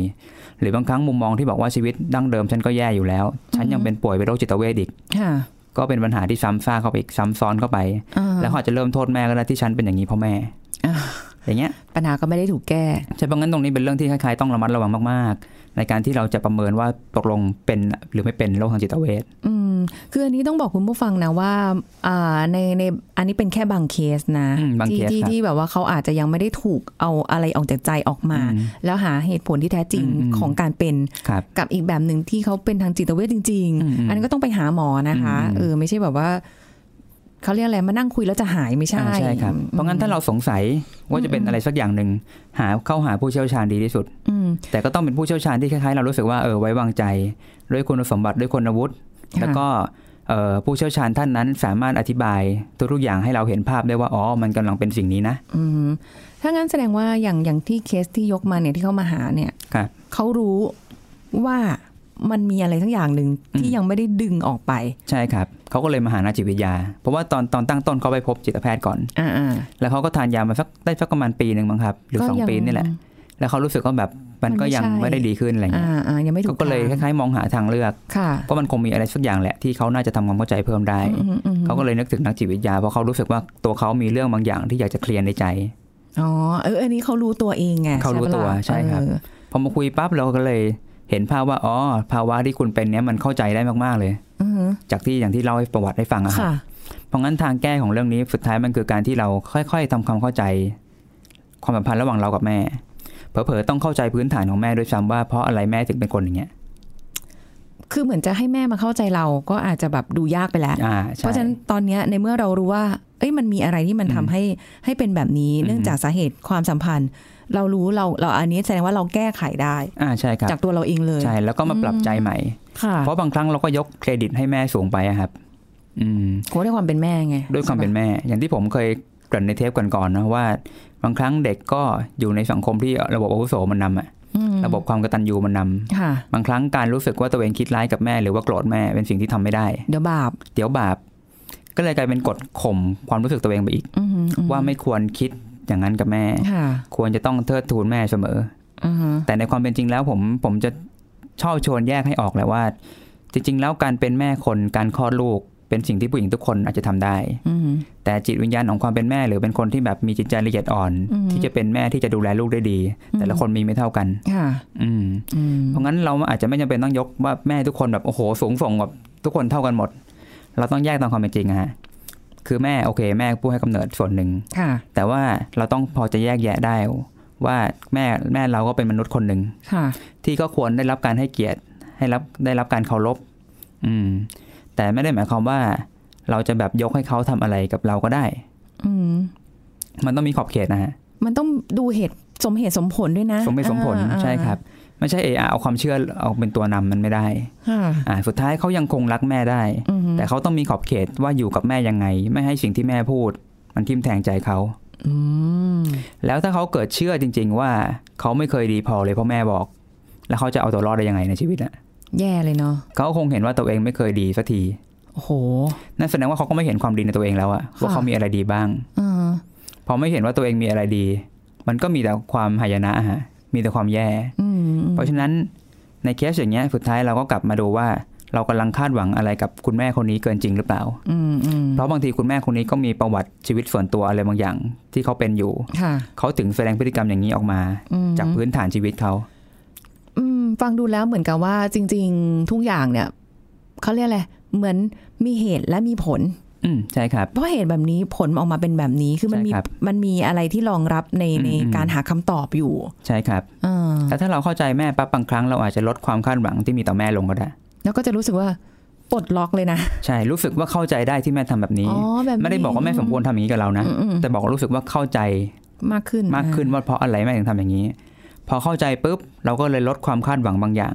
[SPEAKER 2] หรือบางครั้งมุมมองที่บอกว่าชีวิตดั้งเดิมฉันก็แย่อยู่แล้ว ฉันยังเป็นป่วยเป็นโรคจิตเวชอีก
[SPEAKER 3] ค่ะ
[SPEAKER 2] ก็เป็นปัญหาที่ซ้ำซากเข้าไปอีกซ้ำซ้อนเข้าไป
[SPEAKER 3] อ่า
[SPEAKER 2] แล้วเขาอาจจะเริ่มโทษแม่ก็ได้ที่ฉันเป็นอย่างนี้เพราะแม่
[SPEAKER 3] อ่า
[SPEAKER 2] อย่างเงี้ย
[SPEAKER 3] ปัญหาก็ไม่ได้ถูกแก้
[SPEAKER 2] ใช่เพราะงั้นตรงนี้เป็นเรื่องที่คล้ายๆต้องระมัดระวังมากๆ ในการที่เราจะประเมินว่าตกลงเป็นหรือไม่เป็นโรคทางจิตเวช
[SPEAKER 3] อืม คืออันนี้ต้องบอกคุณผู้ฟังนะว่าอ่าในในอันนี้เป็นแค่บางเคสนะ
[SPEAKER 2] อืมบาง
[SPEAKER 3] ที่
[SPEAKER 2] เคส
[SPEAKER 3] ที่
[SPEAKER 2] ครับ
[SPEAKER 3] ที่แบบว่าเขาอาจจะยังไม่ได้ถูกเอาอะไรออกจากใจออกมา
[SPEAKER 2] อืม
[SPEAKER 3] แล้วหาเหตุผลที่แท้จริง
[SPEAKER 2] อืมอืม
[SPEAKER 3] ของการเป็น
[SPEAKER 2] ครับ
[SPEAKER 3] กับอีกแบบหนึ่งที่เขาเป็นทางจิตเวชจริง
[SPEAKER 2] อืมอืม
[SPEAKER 3] ๆ อันนี้ก็ต้องไปหาหมอนะคะ
[SPEAKER 2] อืมอืม
[SPEAKER 3] เออไม่ใช่แบบว่าเขาเรียกอะไรมานั่งคุยแล้วจะหายไม่ใช่
[SPEAKER 2] อ่าใช่ครับ
[SPEAKER 3] อืม
[SPEAKER 2] เพราะงั้นถ้าเราสงสัยว่าจะเป็นอะไรสักอย่างหนึ่งหาเข้าหาผู้เชี่ยวชาญดีที่สุด
[SPEAKER 3] อืม
[SPEAKER 2] แต่ก็ต้องเป็นผู้เชี่ยวชาญที่คล้ายๆเรารู้สึกว่าเออไว้วางใจ ด้วยคุณสมบัติด้วยคุณวุฒิ
[SPEAKER 3] ค่ะ
[SPEAKER 2] แล้วก็เอ่อผู้เชี่ยวชาญท่านนั้นสามารถอธิบายทุกๆอย่างให้เราเห็นภาพได้ว่าอ๋อมันกำลังเป็นสิ่งนี้นะ
[SPEAKER 3] อืมถ้างั้นแสดงว่าอย่างอย่างที่เคสที่ยกมาเนี่ยที่เขามาหาเนี่ย
[SPEAKER 2] ครับ
[SPEAKER 3] เขารู้ว่ามันมีอะไรทั้งอย่างหนึ่งที่ยังไม่ได้ดึงออกไป
[SPEAKER 2] ใช่ครับเขาก็เลยมาหานักจิตวิทยา เพราะว่าตอนตอนตั้งต้นเขาไปพบจิตแพทย์ก่อน
[SPEAKER 3] อ่า
[SPEAKER 2] แล้วเขาก็ทานยามาสักได้สักประมาณปีหนึ่งมั้งครับห
[SPEAKER 3] ๆ
[SPEAKER 2] รือสอง
[SPEAKER 3] ก็ยั
[SPEAKER 2] ปีนี่แหละ แล้วเขารู้สึกว่าแบบมัน
[SPEAKER 3] มันไม่
[SPEAKER 2] ก็ยัง
[SPEAKER 3] ใช่
[SPEAKER 2] ไม่ได้ดีขึ้นอะไร
[SPEAKER 3] อ่
[SPEAKER 2] เงี้ย
[SPEAKER 3] าๆยังไม่ถู
[SPEAKER 2] เขา
[SPEAKER 3] ก
[SPEAKER 2] ก็เลยค
[SPEAKER 3] ทาง
[SPEAKER 2] ล้ายๆมองหาทางเลือก
[SPEAKER 3] ค่ะ
[SPEAKER 2] เพราะมันคงมีอะไรสักอย่างแหละที่เขาน่าจะทำความเข้าใจเพิ่มได้
[SPEAKER 3] อืมๆๆ
[SPEAKER 2] เขาก็เลยนึกถึงนักจิตวิทยาเพราะเขารู้สึกว่าตัวเขามีเรื่องบางอย่างที่อยากจะเคลียร์ในใจ
[SPEAKER 3] อ๋อเอออันนี้เขารู้ตัวเองไง
[SPEAKER 2] เขารู้
[SPEAKER 3] ปะ
[SPEAKER 2] ตัว
[SPEAKER 3] ล่ะ
[SPEAKER 2] ใช่ครับ
[SPEAKER 3] เออ
[SPEAKER 2] พอมาคุยปั๊บเราก็เลยเห็นภาพว่าอ๋อภาวะที่คุณเป็นเนี้ยมันเข้าใจได้มากๆเลย
[SPEAKER 3] อือฮึ
[SPEAKER 2] จากที่อย่างที่เล่าให้ประวัติให้ฟังอะครับ
[SPEAKER 3] ค่ะ
[SPEAKER 2] เพราะงั้นทางแก้ของเรื่องนี้สุดท้ายมันคือการที่เราค่อย ๆทำความเข้าใจ ความสัมพันธ์ระหว่างเรากับแม่เผลอๆต้องเข้าใจพื้นฐานของแม่ด้วยซ้ำว่าเพราะอะไรแม่ถึงเป็นคนอย่างเงี้ย
[SPEAKER 3] คือเหมือนจะให้แม่มาเข้าใจเราก็อาจจะแบบดูยากไปแล้ว
[SPEAKER 2] อ่า
[SPEAKER 3] เพราะ
[SPEAKER 2] ใช่
[SPEAKER 3] ฉะนั้นตอนเนี้ยในเมื่อเรารู้ว่า เอ้ยมันมีอะไรที่มัน
[SPEAKER 2] อืม
[SPEAKER 3] ทำให้ให้เป็นแบบนี้
[SPEAKER 2] อืม
[SPEAKER 3] เนื่องจากสาเหตุความสัมพันธ์ เรารู้เราเราอันนี้แสดงว่าเราแก้ไขได้
[SPEAKER 2] อ่าใช่ครับ
[SPEAKER 3] จากตัวเราเองเลย
[SPEAKER 2] ใช่แล้วก็มาปรับใจใหม่
[SPEAKER 3] ค่ะ
[SPEAKER 2] เพราะบางครั้งเราก็ยกเครดิตให้แม่สูงไปอะครับ อืม
[SPEAKER 3] โค้ด้วยความเป็นแม่ไง
[SPEAKER 2] ด้วยความเป็นแม่ อย่างที่ผมเคยเกริ่นในเทปก่อนๆนะว่า บางครั้งเด็กก็อยู่ในสังคมที่ระบบอาวุโสมันนำอะ
[SPEAKER 3] อืม
[SPEAKER 2] ระบบความกตัญญูมันนำ
[SPEAKER 3] ค่ะ
[SPEAKER 2] บางครั้งการรู้สึกว่าตัวเองคิดร้ายกับแม่หรือว่าโกรธแม่เป็นสิ่งที่ทำไม่ได้
[SPEAKER 3] เดี๋ยวบาป
[SPEAKER 2] เดี๋ยวบาปก็เลยกลายเป็นกดข่มความรู้สึกตัวเองไปอีก
[SPEAKER 3] อืมอื
[SPEAKER 2] ว่าไม่ควรคิดอย่างนั้นกับแม่
[SPEAKER 3] ค่ะ
[SPEAKER 2] ควรจะต้องเทิดทูนแม่เสมอ
[SPEAKER 3] อือฮึ
[SPEAKER 2] แต่ในความเป็นจริงแล้วผมผมจะชอบชวนแยกให้ออกแหละว่า จริง ๆ แล้วการเป็นแม่คนการคลอดลูก เป็นสิ่งที่ผู้หญิงทุกคนอาจจะทำได้
[SPEAKER 3] อืม
[SPEAKER 2] แต่จิตวิญญาณของความเป็นแม่หรือเป็นคนที่แบบมีจิตใจละเอียดอ่อน
[SPEAKER 3] อืม
[SPEAKER 2] ที่จะเป็นแม่ที่จะดูแลลูกได้ดี
[SPEAKER 3] อืม
[SPEAKER 2] แต่ละคนมีไม่เท่ากัน
[SPEAKER 3] ค่ะ
[SPEAKER 2] อืม
[SPEAKER 3] อืม
[SPEAKER 2] เพราะงั้นเราอาจจะไม่จำเป็นต้องยกว่าแม่ทุกคนแบบโอ้โหสูงส่งแบบทุกคนเท่ากันหมด เราต้องแยกตามความเป็นจริงอะฮะคือแม่โอเค แม่ผู้ให้กำเนิดส่วนหนึ่ง
[SPEAKER 3] ค่ะ
[SPEAKER 2] แต่ว่าเราต้องพอจะแยกแยะได้ ว่าแม่แม่เราก็เป็นมนุษย์คนหนึ่ง
[SPEAKER 3] ค่ะ
[SPEAKER 2] ที่ก็ควรได้รับการให้เกียรติ ให้รับได้รับการเคารพ อืม แต่ไม่ได้หมายความว่า เราจะแบบยกให้เขาทำอะไรกับเราก็ได้
[SPEAKER 3] อืม
[SPEAKER 2] มันต้องมีขอบเขตนะฮะ
[SPEAKER 3] มันต้องดูเหตุสมเหตุสมผลด้วยนะ
[SPEAKER 2] สมเหตุสมผล
[SPEAKER 3] อ่าอ่า
[SPEAKER 2] ใช่ครับ ไม่ใช่เออเอาความเชื่อเอาเป็นตัวนำมันไม่ได้
[SPEAKER 3] ค่ะ
[SPEAKER 2] อ่า สุดท้ายเขายังคงรักแม่ได้
[SPEAKER 3] อืม
[SPEAKER 2] แต่เขาต้องมีขอบเขตว่าอยู่กับแม่ยังไง ไม่ให้สิ่งที่แม่พูด มันทิ่มแทงใจเขา
[SPEAKER 3] อืม
[SPEAKER 2] แล้วถ้าเขาเกิดเชื่อจริง ๆ ว่าเขาไม่เคยดีพอเลยเพราะแม่บอก แล้วเขาจะเอาตัวรอดได้ยังไงในชีวิตอ่ะ
[SPEAKER 3] แย่เลยเนาะ
[SPEAKER 2] เขาคงเห็นว่าตัวเองไม่เคยดีสักที
[SPEAKER 3] โอ้โห
[SPEAKER 2] นั่นแสดงว่าเขาก็ไม่เห็นความดีในตัวเองแล้วอะว่า
[SPEAKER 3] ค่ะ
[SPEAKER 2] เขามีอะไรดีบ้าง
[SPEAKER 3] เออ
[SPEAKER 2] พอไม่เห็นว่าตัวเองมีอะไรดี มันก็มีแต่ความหายนะอะฮะ มีแต่ความแย่
[SPEAKER 3] อืมอืม
[SPEAKER 2] เพราะฉะนั้นในเคสอย่างเงี้ยสุดท้ายเราก็กลับมาดูว่า เรากำลังคาดหวังอะไรกับคุณแม่คนนี้เกินจริงหรือเปล่า
[SPEAKER 3] อืมอืม
[SPEAKER 2] เพราะบางทีคุณแม่คนนี้ก็มีประวัติชีวิตส่วนตัวอะไรบางอย่าง ที่เขาเป็นอยู่
[SPEAKER 3] ค่ะ
[SPEAKER 2] เขาถึงแสดงพฤติกรรมอย่างนี้ออกมา
[SPEAKER 3] อืม
[SPEAKER 2] จากพื้นฐานชีวิตเขา
[SPEAKER 3] อืมฟังดูแล้วเหมือนกับว่าจริง ๆ ทุกอย่างเนี่ยเขาเรียกอะไรเหมือนมีเหตุและมีผล
[SPEAKER 2] อืมใช่ครับ
[SPEAKER 3] เพราะเหตุแบบนี้ผลออกมาเป็นแบบนี้คือมัน
[SPEAKER 2] ใช่
[SPEAKER 3] มี
[SPEAKER 2] ครับ
[SPEAKER 3] มันมีอะไรที่รองรับใน
[SPEAKER 2] อืม
[SPEAKER 3] ใน
[SPEAKER 2] อืม
[SPEAKER 3] การหาคำตอบอยู่
[SPEAKER 2] ใช่ครับ
[SPEAKER 3] เออ
[SPEAKER 2] แต่ถ้าเราเข้าใจแม่ปั๊บบางครั้งเราอาจจะลดความคาดหวังที่มีต่อแม่ลงก็ได้
[SPEAKER 3] แล้วก็จะรู้สึกว่าปลดล็อกเลยนะ
[SPEAKER 2] ใช่รู้สึกว่าเข้าใจได้ที่แม่ทำแบบนี้
[SPEAKER 3] อ๋อแบบนี้
[SPEAKER 2] ไม่ได้บอกว่าแม่สมควรทำอย่างนี้กับเรานะ
[SPEAKER 3] อืมอืม
[SPEAKER 2] แต่บอกว่ารู้สึกว่าเข้าใจ
[SPEAKER 3] มากขึ้น
[SPEAKER 2] มากขึ้นว่าเพราะอะไรแม่ถึงทำอย่างนี้ พอเข้าใจปุ๊บเราก็เลยลดความคาดหวังบางอย่าง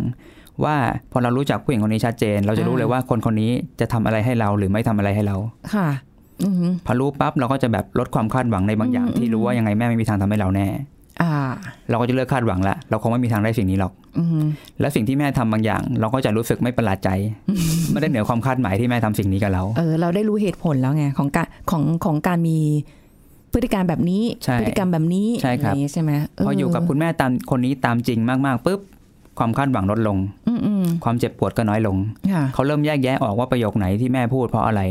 [SPEAKER 2] ว่าพอเรารู้จักผู้หญิงคนนี้ชัดเจน เราจะรู้เลยว่าคนคนนี้จะทำอะไรให้เราหรือไม่ทำอะไรให้เรา
[SPEAKER 3] ค่ะ อืม
[SPEAKER 2] พอรู้ปั๊บเราก็จะแบบลดความคาดหวังในบางอย่าง
[SPEAKER 3] อืม
[SPEAKER 2] ที่รู้ว่ายังไงแม่ไม่มีทางทำให้เราแน่
[SPEAKER 3] อ่า
[SPEAKER 2] เราก็จะเลิกคาดหวังละเราคงไม่มีทางได้สิ่งนี้หรอก
[SPEAKER 3] อืม
[SPEAKER 2] และสิ่งที่แม่ทำบางอย่าง เราก็จะรู้สึกไม่ประหลาดใจ ไม่ได้เหนือความคาดหมายที่แม่ทำสิ่งนี้กับเรา
[SPEAKER 3] เออเราได้รู้เหตุผลแล้วไงของการของของการมีพฤติการแบบนี้
[SPEAKER 2] ใช่
[SPEAKER 3] พฤติกรรมแบบนี้
[SPEAKER 2] ใช่ครับ
[SPEAKER 3] อะไอย่างเงี้ยใช่ไหมเพ
[SPEAKER 2] ออยู่กับคุณแม่ตามคนนี้ตามจริงมากๆปุ๊บความคาดหวังลดลง
[SPEAKER 3] อืมอืม
[SPEAKER 2] ความเจ็บปวดก็น้อยลง
[SPEAKER 3] ค่ะ
[SPEAKER 2] เขาเริ่มแยกแยะออกว่าประโยคไหนที่แม่พูดเพราะอะไร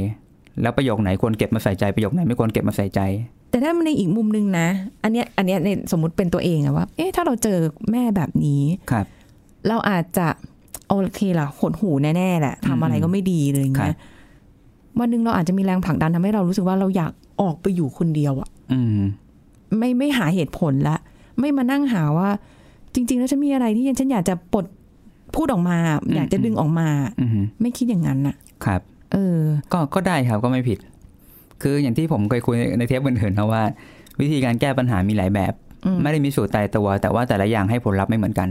[SPEAKER 2] แล้วประโยคไหนควรเก็บมาใส่ใจประโยคไหนไม่ควรเก็บมาใส่ใจ
[SPEAKER 3] แต่ถ้าในอีกมุมนึงนะ อันเนี้ยอันเนี้ยในสมมติเป็นตัวเองอะว่า เอ๊ะถ้าเราเจอแม่แบบนี้
[SPEAKER 2] ครับ
[SPEAKER 3] เราอาจจะ โอเคล่ะหดหูแน่ๆแหละทำอะไร
[SPEAKER 2] อืม
[SPEAKER 3] ก็ไม่ดีเลยอย่าง
[SPEAKER 2] ครั
[SPEAKER 3] เงี้
[SPEAKER 2] บ
[SPEAKER 3] ยวันหนึ่งเราอาจจะมีแรงผลักดันทำให้เรารู้สึกว่าเราอยากออกไปอยู่คนเดียวอะ
[SPEAKER 2] อืม
[SPEAKER 3] ไม่ไม่หาเหตุผลละ ไม่มานั่งหาว่า จริง ๆ แล้วฉันมีอะไรที่ฉันอยากจะปลดพูดออกมา
[SPEAKER 2] อืม
[SPEAKER 3] อยากจะดึงออกมา
[SPEAKER 2] อืม
[SPEAKER 3] ไม่คิดอย่างนั้นน่ะ
[SPEAKER 2] ครับ
[SPEAKER 3] เออ
[SPEAKER 2] ก็ก็ได้ครับก็ไม่ผิด คืออย่างที่ผมเคยคุยในเทปอื่นๆนะว่า วิธีการแก้ปัญหามีหลายแบบ
[SPEAKER 3] อืม
[SPEAKER 2] ไม่ได้มีสูตรตายตัว แต่ว่าแต่ละอย่างให้ผลลัพธ์ไม่เหมือนกัน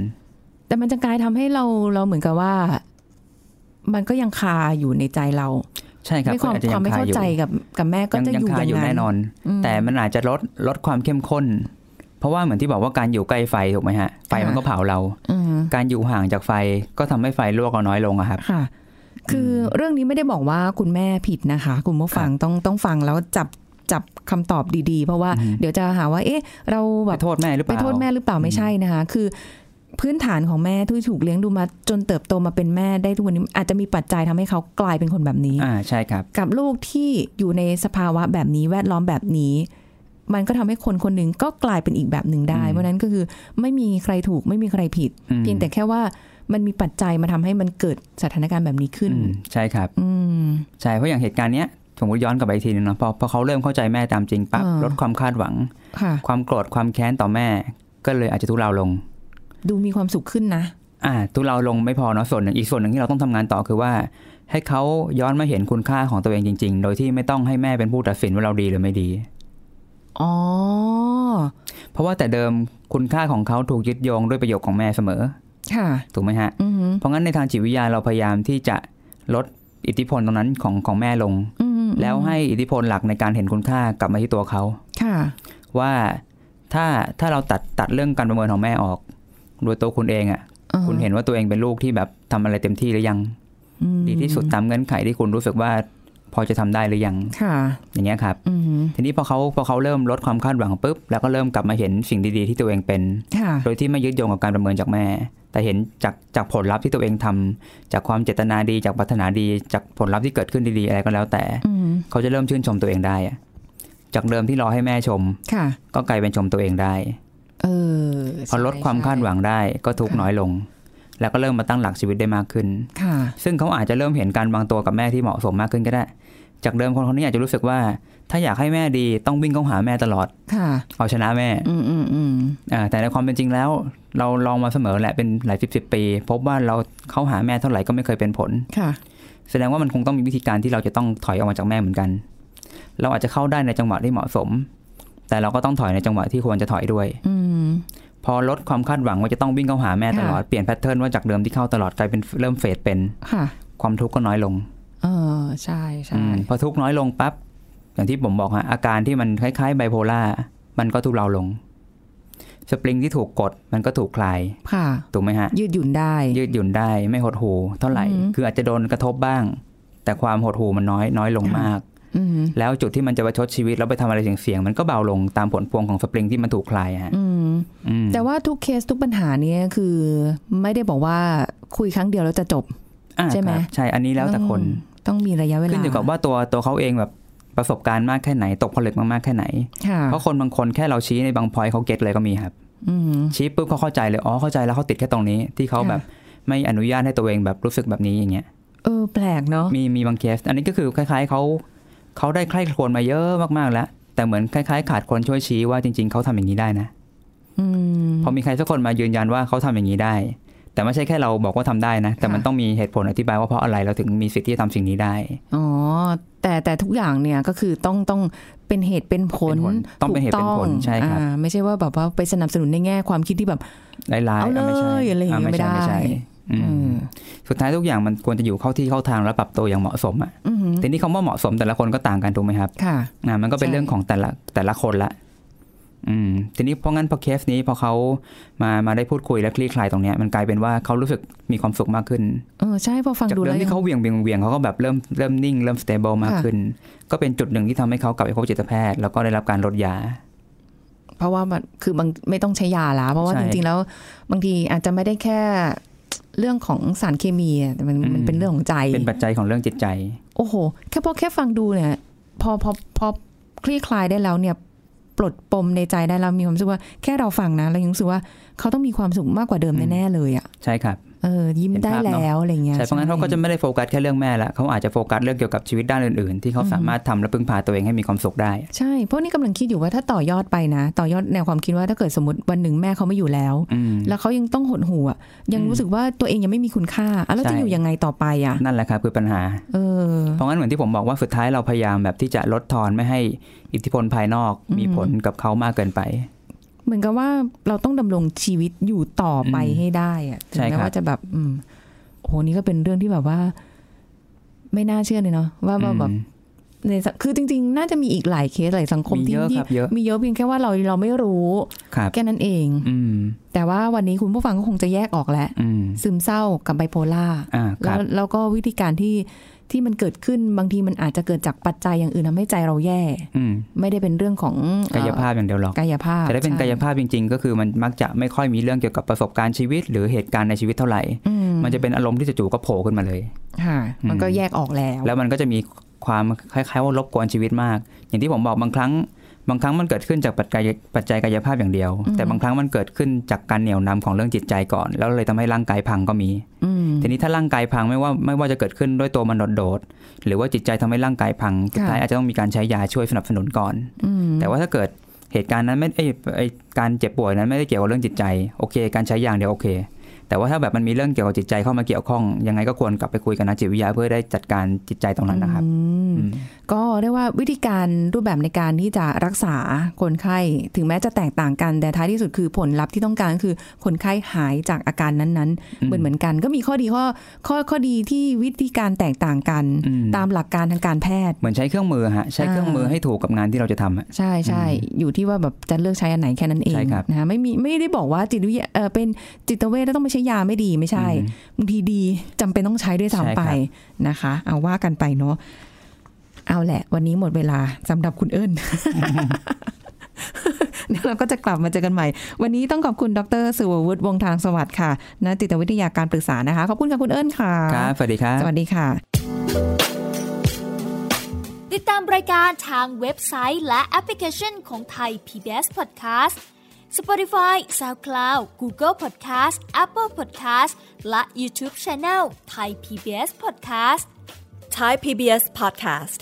[SPEAKER 3] แต่มันจะกลายทำให้เราเราเหมือนกับว่า มันก็ยังคาอยู่ในใจเรา
[SPEAKER 2] ใช่ครับ
[SPEAKER 3] ไม่ความ
[SPEAKER 2] ณอจจะ
[SPEAKER 3] ควา
[SPEAKER 2] ยั
[SPEAKER 3] ม
[SPEAKER 2] ง
[SPEAKER 3] ไม่เข้า
[SPEAKER 2] อยู่
[SPEAKER 3] ใจกับกับแม่ก็
[SPEAKER 2] ยัง
[SPEAKER 3] จะ
[SPEAKER 2] ยั
[SPEAKER 3] องยู่
[SPEAKER 2] คา
[SPEAKER 3] อ
[SPEAKER 2] อยู่
[SPEAKER 3] ย่าง
[SPEAKER 2] แน่
[SPEAKER 3] นั้น
[SPEAKER 2] นอน
[SPEAKER 3] ม
[SPEAKER 2] แต่มันอาจจะลดลดความเข้มข้น เพราะว่าเหมือนที่บอกว่าการอยู่ใกล้ไฟถูกไหมฮะ ไฟมัน
[SPEAKER 3] อ่า
[SPEAKER 2] ก็เผาเรา
[SPEAKER 3] อืม
[SPEAKER 2] การอยู่ห่างจากไฟก็ทำให้ไฟลวกเราน้อยลงอะครับ
[SPEAKER 3] ค่ะ คือเรื่องนี้ไม่ได้บอกว่าคุณแม่ผิดนะคะ คุณผู้ฟังต้องต้องฟังแล้วจับจับคำตอบดี ๆ เพราะว่า
[SPEAKER 2] อืม
[SPEAKER 3] เดี๋ยวจะหาว่า เอ๊ะ เรา
[SPEAKER 2] ไป
[SPEAKER 3] แบบ
[SPEAKER 2] โทษแม่หรือเป
[SPEAKER 3] ไป
[SPEAKER 2] ล่า
[SPEAKER 3] โทษแม่หรือเปล่าไม่ใช่นะคะ คือ พื้นฐานของแม่ที่ถูกเลี้ยงดูมาจนเติบโตมาเป็นแม่ได้ทุกวันนี้อาจจะมีปัจจัยทำให้เขากลายเป็นคนแบบนี้
[SPEAKER 2] อ่าใช่ครับ
[SPEAKER 3] กับลูกที่อยู่ในสภาวะแบบนี้แวดล้อมแบบนี้ มันก็ทำให้คนคนหนึ่งก็กลายเป็นอีกแบบหนึ่งได้
[SPEAKER 2] อืม
[SPEAKER 3] เพราะฉะนั้นก็คือไม่มีใครถูกไม่มีใครผิด
[SPEAKER 2] อืม
[SPEAKER 3] เพียงแต่แค่ว่ามันมีปัจจัยมาทำให้มันเกิดสถานการณ์แบบนี้ขึ้น
[SPEAKER 2] อืมใช่ครับ
[SPEAKER 3] อืม
[SPEAKER 2] ใช่เพราะอย่างเหตุการณ์เนี้ยสมมติย้อนกลับไปอีกทีนึงเนาะพอพอเขาเริ่มเข้าใจแม่ตามจริงปั๊บ
[SPEAKER 3] อ่า
[SPEAKER 2] ลดความคาดหวัง
[SPEAKER 3] ค่ะ
[SPEAKER 2] ความโกรธความแค้นต่อแม่ ก็เลยอาจจะทุเลาลง
[SPEAKER 3] ดูมีความสุขขึ้นนะ
[SPEAKER 2] อ่าทุเลาลงไม่พอเนาะส่วนหนึ่งอีกส่วนหนึ่งที่เราต้องทำงานต่อคือว่า ให้เขาย้อนมาเห็นคุณค่าของตัวเองจริง ๆ โดยที่ไม่ต้องให้แม่เป็นผู้ตัดสินว่าเราดีหรือไม่ดี
[SPEAKER 3] อ๋อ
[SPEAKER 2] เพราะว่าแต่เดิมคุณค่าของเขาถูกยึดโยงด้วยประโยคของแม่เสมอ
[SPEAKER 3] ค่ะ
[SPEAKER 2] ถูกไหมฮะ
[SPEAKER 3] อือหือ
[SPEAKER 2] เพราะงั้นในทางจิตวิทยาเราพยายามที่จะลดอิทธิพลตรงนั้นของของแม่ลง
[SPEAKER 3] อือหือ
[SPEAKER 2] แล้วให้อิทธิพลหลักในการเห็นคุณค่ากลับมาที่ตัวเขา
[SPEAKER 3] ค่ะ
[SPEAKER 2] ว่าถ้าถ้าเราตัดตัดเรื่องการประเมินของแม่ออก โดยตัวคุณเองอะ่ะ คุณเห็นว่าตัวเองเป็นลูกที่แบบทำอะไรเต็มที่หรือยัง
[SPEAKER 3] อืม
[SPEAKER 2] ดีที่สุดตามเงื่อนไขที่คุณรู้สึกว่าพอจะทำได้หรือยัง
[SPEAKER 3] ค่ะ
[SPEAKER 2] อย่างเงี้ยครับ
[SPEAKER 3] อืม
[SPEAKER 2] ทีนี้พอเขาพอเขาเริ่มลดความคาดหวังปุ๊บแล้วก็เริ่มกลับมาเห็นสิ่งดีๆที่ตัวเองเป็น
[SPEAKER 3] ค่ะ
[SPEAKER 2] โดยที่ไม่ยึดโยงกับการประเมินจากแม่ แต่เห็นจากจากผลลัพธ์ที่ตัวเองทำจากความเจตนาดีจากปรารถนาดี จากผลลัพธ์ที่เกิดขึ้นดีๆอะไรก็แล้วแต่
[SPEAKER 3] อืม
[SPEAKER 2] เขาจะเริ่มชื่นชมตัวเองได้อะจากเดิมที่รอให้แม่ชม
[SPEAKER 3] ค่ะ
[SPEAKER 2] ก็กลายเป็นชมตัวเองได้
[SPEAKER 3] เออ
[SPEAKER 2] พอลดความคาดหวังได้ก็ทุกข์น้อยลง แล้วก็เริ่มมาตั้งหลักชีวิตได้มากขึ้น
[SPEAKER 3] ค่ะ
[SPEAKER 2] ซึ่งเขาอาจจะเริ่มเห็นการวางตัวกับแม่ที่เหมาะสมมากขึ้นก็ได้ จากเดิมคนคนนี้อาจจะรู้สึกว่า ถ้าอยากให้แม่ดีต้องวิ่งเข้าหาแม่ตลอด
[SPEAKER 3] ค่ะ
[SPEAKER 2] เอาชนะแม่
[SPEAKER 3] อืมอืมอืม
[SPEAKER 2] อ่าแต่ในความเป็นจริงแล้ว เราลองมาเสมอแหละเป็นหลายสิบสิบปี พบว่าเราเข้าหาแม่เท่าไหร่ก็ไม่เคยเป็นผล
[SPEAKER 3] ค่ะ
[SPEAKER 2] แสดงว่ามันคงต้องมีวิธีการที่เราจะต้องถอยออกมาจากแม่เหมือนกัน เราอาจจะเข้าได้ในจังหวะที่เหมาะสม แต่เราก็ต้องถอยในจังหวะที่ควรจะถอยด้วย
[SPEAKER 3] อืม
[SPEAKER 2] พอลดความคาดหวังว่าจะต้องวิ่งเข้าหาแม่ตลอด
[SPEAKER 3] ค่ะ
[SPEAKER 2] เปลี่ยนแพทเทิร์นว่าจากเดิมที่เข้าตลอดกลายเป็นเริ่มเฟดเป็น
[SPEAKER 3] ค่ะ
[SPEAKER 2] ความทุกข์ก็น้อยลง
[SPEAKER 3] เออ ใช่
[SPEAKER 2] อ
[SPEAKER 3] ใช่
[SPEAKER 2] มพอทุกข์น้อยลงปั๊บอย่างที่ผมบอกฮะอาการที่มันคล้ายๆไบโพล่ามันก็ทุเลาลง สปริงที่ถูกกดมันก็ถูกคลาย
[SPEAKER 3] ค่ะ
[SPEAKER 2] ถูกไหมฮะ
[SPEAKER 3] ยืดหยุ่นได้
[SPEAKER 2] ยืดหยุ่นได้ไม่หดหูเท่าไหร่
[SPEAKER 3] อืม
[SPEAKER 2] คืออาจจะโดนกระทบบ้าง แต่ความหดหูมันน้อยน้อยลงมาก
[SPEAKER 3] อืม
[SPEAKER 2] แล้วจุดที่มันจะประชดชีวิตแล้วไปทำอะไรเสี่ยงๆมันก็เบาลงตามผลพวงของสปริงที่มันถูกคลายฮะ
[SPEAKER 3] อืม
[SPEAKER 2] อืม
[SPEAKER 3] แต่ว่าทุกเคสทุกปัญหาเนี้ยคือ ไม่ได้บอกว่าคุยครั้งเดียวแล้วจะจบ
[SPEAKER 2] อ่า
[SPEAKER 3] ใช่ไหม
[SPEAKER 2] ครับใช่อันนี้แล้วแต่คน
[SPEAKER 3] ต้องต้องมีระยะเวลา
[SPEAKER 2] ขึ้นอยู่กับว่าตัวตัวเขาเองแบบประสบการณ์มากแค่ไหน ตกผลึกมากๆแค่ไหน
[SPEAKER 3] ค่ะ
[SPEAKER 2] เพราะคนบางคนแค่เราชี้ในบางพอยเขาเก็ตเลยก็มีครับ
[SPEAKER 3] อืม
[SPEAKER 2] ชี้ปุ๊บเขาเข้าใจเลยอ๋อเข้าใจแล้วเขาติดแค่ตรงนี้ ที่เขา
[SPEAKER 3] ค่ะ
[SPEAKER 2] แบบไม่อนุญาตให้ตัวเองแบบรู้สึกแบบนี้อย่างเงี้ย
[SPEAKER 3] เออ แปลกเนาะ
[SPEAKER 2] มีมีบางเคส อันนี้ก็คือคล้าย ๆเขาเขาได้ใคร่ครวญมาเยอะมากๆแล้ว แต่เหมือนคล้ายๆ ขาดคนช่วยชี้ว่าจริง ๆเขาทำอย่างนี้ได้นะ
[SPEAKER 3] อืม
[SPEAKER 2] พอมีใครสักคนมายืนยันว่าเขาทำอย่างนี้ได้ แต่ไม่ใช่แค่เราบอกว่าทำได้นะ แต่มัน
[SPEAKER 3] ค่ะ
[SPEAKER 2] ต้องมีเหตุผลอธิบายว่าเพราะอะไรเราถึงมีสิทธิ์ที่จะทำสิ่งนี้ได้
[SPEAKER 3] อ๋อ แต่แต่ทุกอย่างเนี่ยก็คือต้องต้องเป็นเหตุเป็นผล
[SPEAKER 2] เป็นผลต้องเป็นเหตุเป็นผล
[SPEAKER 3] ถูกต้อง
[SPEAKER 2] ใช่ครับ
[SPEAKER 3] อ่าไม่ใช่ว่าแบบว่าไปสนับสนุนในแง่ความคิดที่แบบ
[SPEAKER 2] ร้ายๆ
[SPEAKER 3] เอา
[SPEAKER 2] ไม่ใช่
[SPEAKER 3] เลยอะไรอย่างเงี้
[SPEAKER 2] ใช่
[SPEAKER 3] ยไม่ได้
[SPEAKER 2] ใช่อืม
[SPEAKER 3] เออ
[SPEAKER 2] สุดท้ายทุกอย่างมันควรจะอยู่เข้าที่เข้าทางและปรับตัวอย่างเหมาะสมอ่ะ
[SPEAKER 3] อือหือ
[SPEAKER 2] ทีนี้คำว่าเหมาะสมแต่ละคนก็ต่างกันถูกไหมครับ
[SPEAKER 3] ค่ะ
[SPEAKER 2] อ่ามันก็เป็น
[SPEAKER 3] ใช่
[SPEAKER 2] เรื่องของแต่ละแต่ละคนละอืมทีนี้เพราะงั้นพอเคสนี้พอเขามามาได้พูดคุยและคลี่คลายตรงเนี้ยมันกลายเป็นว่าเขารู้สึกมีความสุขมากขึ้น
[SPEAKER 3] เออใช่พอฟัง
[SPEAKER 2] จาก
[SPEAKER 3] ดู
[SPEAKER 2] เดิ
[SPEAKER 3] แล้
[SPEAKER 2] ม
[SPEAKER 3] ว
[SPEAKER 2] ที่เขาเหวียงเวียงเวียงเขาก็แบบเริ่มเริ่มนิ่งเริ่มสเตเบิลมากขึ้น ก็เป็นจุดหนึ่งที่ทำให้เขากลับไปพบจิตแพทย์แล้วก็ได้รับการลดยา
[SPEAKER 3] เพราะว่ามันคือบางไม่ต้องใช้ยาละเพราะว่า
[SPEAKER 2] ใช่
[SPEAKER 3] จริงๆแล้ว บางทีอาจจะไม่ได้แค่เรื่องของสารเคมีอะแต่มัน
[SPEAKER 2] อืม
[SPEAKER 3] มันเป็นเรื่องของใจ
[SPEAKER 2] เป็นปัจจัยของเรื่องจิตใจ
[SPEAKER 3] โอ้โห แค่พอแค่ฟังดูเนี่ย พอพอพอคลี่คลายได้แล้วเนี่ย ปลดปมในใจได้แล้วมีความรู้สึกว่าแค่เราฟังนะเรายังรู้สึกว่าเขาต้องมีความสุขมากกว่าเดิม
[SPEAKER 2] อืม
[SPEAKER 3] แน่ๆเลยอะ
[SPEAKER 2] ใช่ครับ
[SPEAKER 3] เออยิ้มได้แล้วอะไรเงี้ย
[SPEAKER 2] ใช่เพราะงั้นเขาก็จะไม่ได้โฟกัสแค่เรื่องแม่ละเขาอาจจะโฟกัสเรื่องเกี่ยวกับชีวิตด้านอื่นๆ ที่เขาสามารถทำและพึ่งพาตัวเองให้มีความสุขได้
[SPEAKER 3] ใช่เพราะนี่กำลังคิดอยู่ว่าถ้าต่อยอดไปนะ ต่อยอดแนวความคิดว่าถ้าเกิดสมมติวันหนึ่งแม่เขาไม่อยู่แล้ว
[SPEAKER 2] อืม
[SPEAKER 3] แล้วเขายังต้องหดหู่อะยังรู้สึกว่าตัวเองยังไม่มีคุณค่าอ่ะแล้ว
[SPEAKER 2] ใช่
[SPEAKER 3] จะอยู่ยังไงต่อไปอ่ะ
[SPEAKER 2] นั่นแหละครับคือปัญหา
[SPEAKER 3] เออ
[SPEAKER 2] เพราะงั้นเหมือนที่ผมบอกว่าสุดท้ายเราพยายามแบบที่จะลดทอนไม่ให้อิทธิพลภายนอกมีผลกับเขามากเกินไป
[SPEAKER 3] เหมือนกับว่าเราต้องดำรงชีวิตอยู่ต่อไป
[SPEAKER 2] อืม
[SPEAKER 3] ให้ได้อะถึง
[SPEAKER 2] ใช่ครับ
[SPEAKER 3] แม้ว่าจะแบบ อืมโอ้โหนี่ก็เป็นเรื่องที่แบบว่า ไม่น่าเชื่อเลยเนาะว่าว่าแบบในสังคือจริง ๆ น่าจะมีอีกหลายเคสหลายสังคม
[SPEAKER 2] มี
[SPEAKER 3] ที่
[SPEAKER 2] เยอะ
[SPEAKER 3] ที่
[SPEAKER 2] ครับเยอะ
[SPEAKER 3] มีเยอะเพียงแค่ว่าเราเราไม่รู้
[SPEAKER 2] ครับ
[SPEAKER 3] แค่นั้นเอง
[SPEAKER 2] อืม
[SPEAKER 3] แต่ว่าวันนี้คุณผู้ฟังก็คงจะแยกออกแล้ว
[SPEAKER 2] อืม
[SPEAKER 3] ซึมเศร้ากับไบโพล่า
[SPEAKER 2] อ่าค
[SPEAKER 3] แล้
[SPEAKER 2] รั
[SPEAKER 3] ว
[SPEAKER 2] บ
[SPEAKER 3] แล้วก็วิธีการที่ที่มันเกิดขึ้นบางทีมันอาจจะเกิดจากปัจจัยอย่างอื่นทำให้ใจเราแย่
[SPEAKER 2] อืม
[SPEAKER 3] ไม่ได้เป็นเรื่องของ
[SPEAKER 2] กายภาพอย่างเดียวหรอก
[SPEAKER 3] เอ่อกายภาพ
[SPEAKER 2] แต่ถ้าเป็น
[SPEAKER 3] ใช่
[SPEAKER 2] กายภาพจริง ๆ ก็คือมันมักจะไม่ค่อยมีเรื่องเกี่ยวกับประสบการณ์ชีวิต หรือเหตุการณ์ในชีวิตเท่าไหร่
[SPEAKER 3] อืม
[SPEAKER 2] มันจะเป็นอารมณ์ที่จู่ๆก็โผล่ขึ้นมาเลย
[SPEAKER 3] ค่ะ
[SPEAKER 2] อืม
[SPEAKER 3] มันก็แยกออกแล้ว
[SPEAKER 2] แล้วมันก็จะมีความคล้ายๆว่ารบกวนชีวิตมาก อย่างที่ผมบอกบางครั้ง บางครั้งมันเกิดขึ้นจากปัจจัยปัจจัยกายภาพอย่างเดียว แต่บางครั้งมันเกิดขึ้นจากการเหนี่ยวนำของเรื่องจิตใจก่อน แล้วเลยทำให้ร่างกายพังก็มี
[SPEAKER 3] อืม
[SPEAKER 2] ทีนี้ถ้าร่างกายพังไม่ว่าไม่ว่าจะเกิดขึ้นด้วยตัวมันโดดๆหรือว่าจิตใจทำให้ร่างกายพังสุดท้าย
[SPEAKER 3] ค่ะ
[SPEAKER 2] อาจจะต้องมีการใช้ยาช่วยสนับสนุนก่อน
[SPEAKER 3] อืม
[SPEAKER 2] แต่ว่าถ้าเกิดเหตุการณ์นั้นไม่ไอ้ไอ้การเจ็บป่วยนั้นไม่ได้เกี่ยวกับเรื่องจิตใจโอเค การใช้ยางเดียวโอเค แต่ว่าถ้าแบบมันมีเรื่องเกี่ยวกับจิตใจเข้ามาเกี่ยวข้อง ยังไงก็ควรกลับไปคุยกับนักจิตวิทยาเพื่อได้จัดการจิตใจตรงนั้นนะครับ
[SPEAKER 3] อืม
[SPEAKER 2] อืม
[SPEAKER 3] ก็เรียกว่าวิธีการรูปแบบในการที่จะรักษาคนไข้ ถึงแม้จะแตกต่างกัน แต่ท้ายที่สุดคือผลลัพธ์ที่ต้องการก็คือคนไข้หายจากอาการนั้นๆ เหมือนเหมือนกัน ก็มีข้อดีข้อข้อข้อดีที่วิธีการแตกต่างกัน
[SPEAKER 2] อืม
[SPEAKER 3] ตามหลักการทางการแพทย์
[SPEAKER 2] เหมือนใช้เครื่องมือฮะใช้เครื่องมือให้ถูกกับงานที่เราจะทำอะ
[SPEAKER 3] ใช่ใช่อยู่ที่ว่าแบบจะเลือกใช้อันไหนแค่นั้นเอง
[SPEAKER 2] ใช่ครับ
[SPEAKER 3] นะไม่มีไม่ได้บอกว่าจิตวิทยาเออเป็นจิตเวชแล้วต้องไปใช้ยาไม่ดีไม่ใช่
[SPEAKER 2] อืม
[SPEAKER 3] บางทีดีจำเป็นต้องใช้ด้วย
[SPEAKER 2] ใช่ครั
[SPEAKER 3] ซ้ำ
[SPEAKER 2] บ
[SPEAKER 3] ไปนะคะ เอาว่ากันไปเนาะเอาแหละ วันนี้หมดเวลาสำหรับคุณเอิญ เดี๋ยวเราก็จะกลับมาเจอกันใหม่ วันนี้ต้องขอบคุณดรสุววุฒิวงศ์ทางสวัสดิ์ค่ะนักจิตวิทยาการปรึกษานะคะขอบคุณค่ะคุณเอิญค่ะ
[SPEAKER 2] ครับสวัสดีครับ
[SPEAKER 3] สวัสดีค่ะ
[SPEAKER 5] ติดตามรายการทางเว็บไซต์และแอปพลิเคชันของไทย PBS Podcast Spotify SoundCloud Google Podcast Apple Podcast และ YouTube Channel Thai PBS Podcast
[SPEAKER 6] Thai PBS Podcast.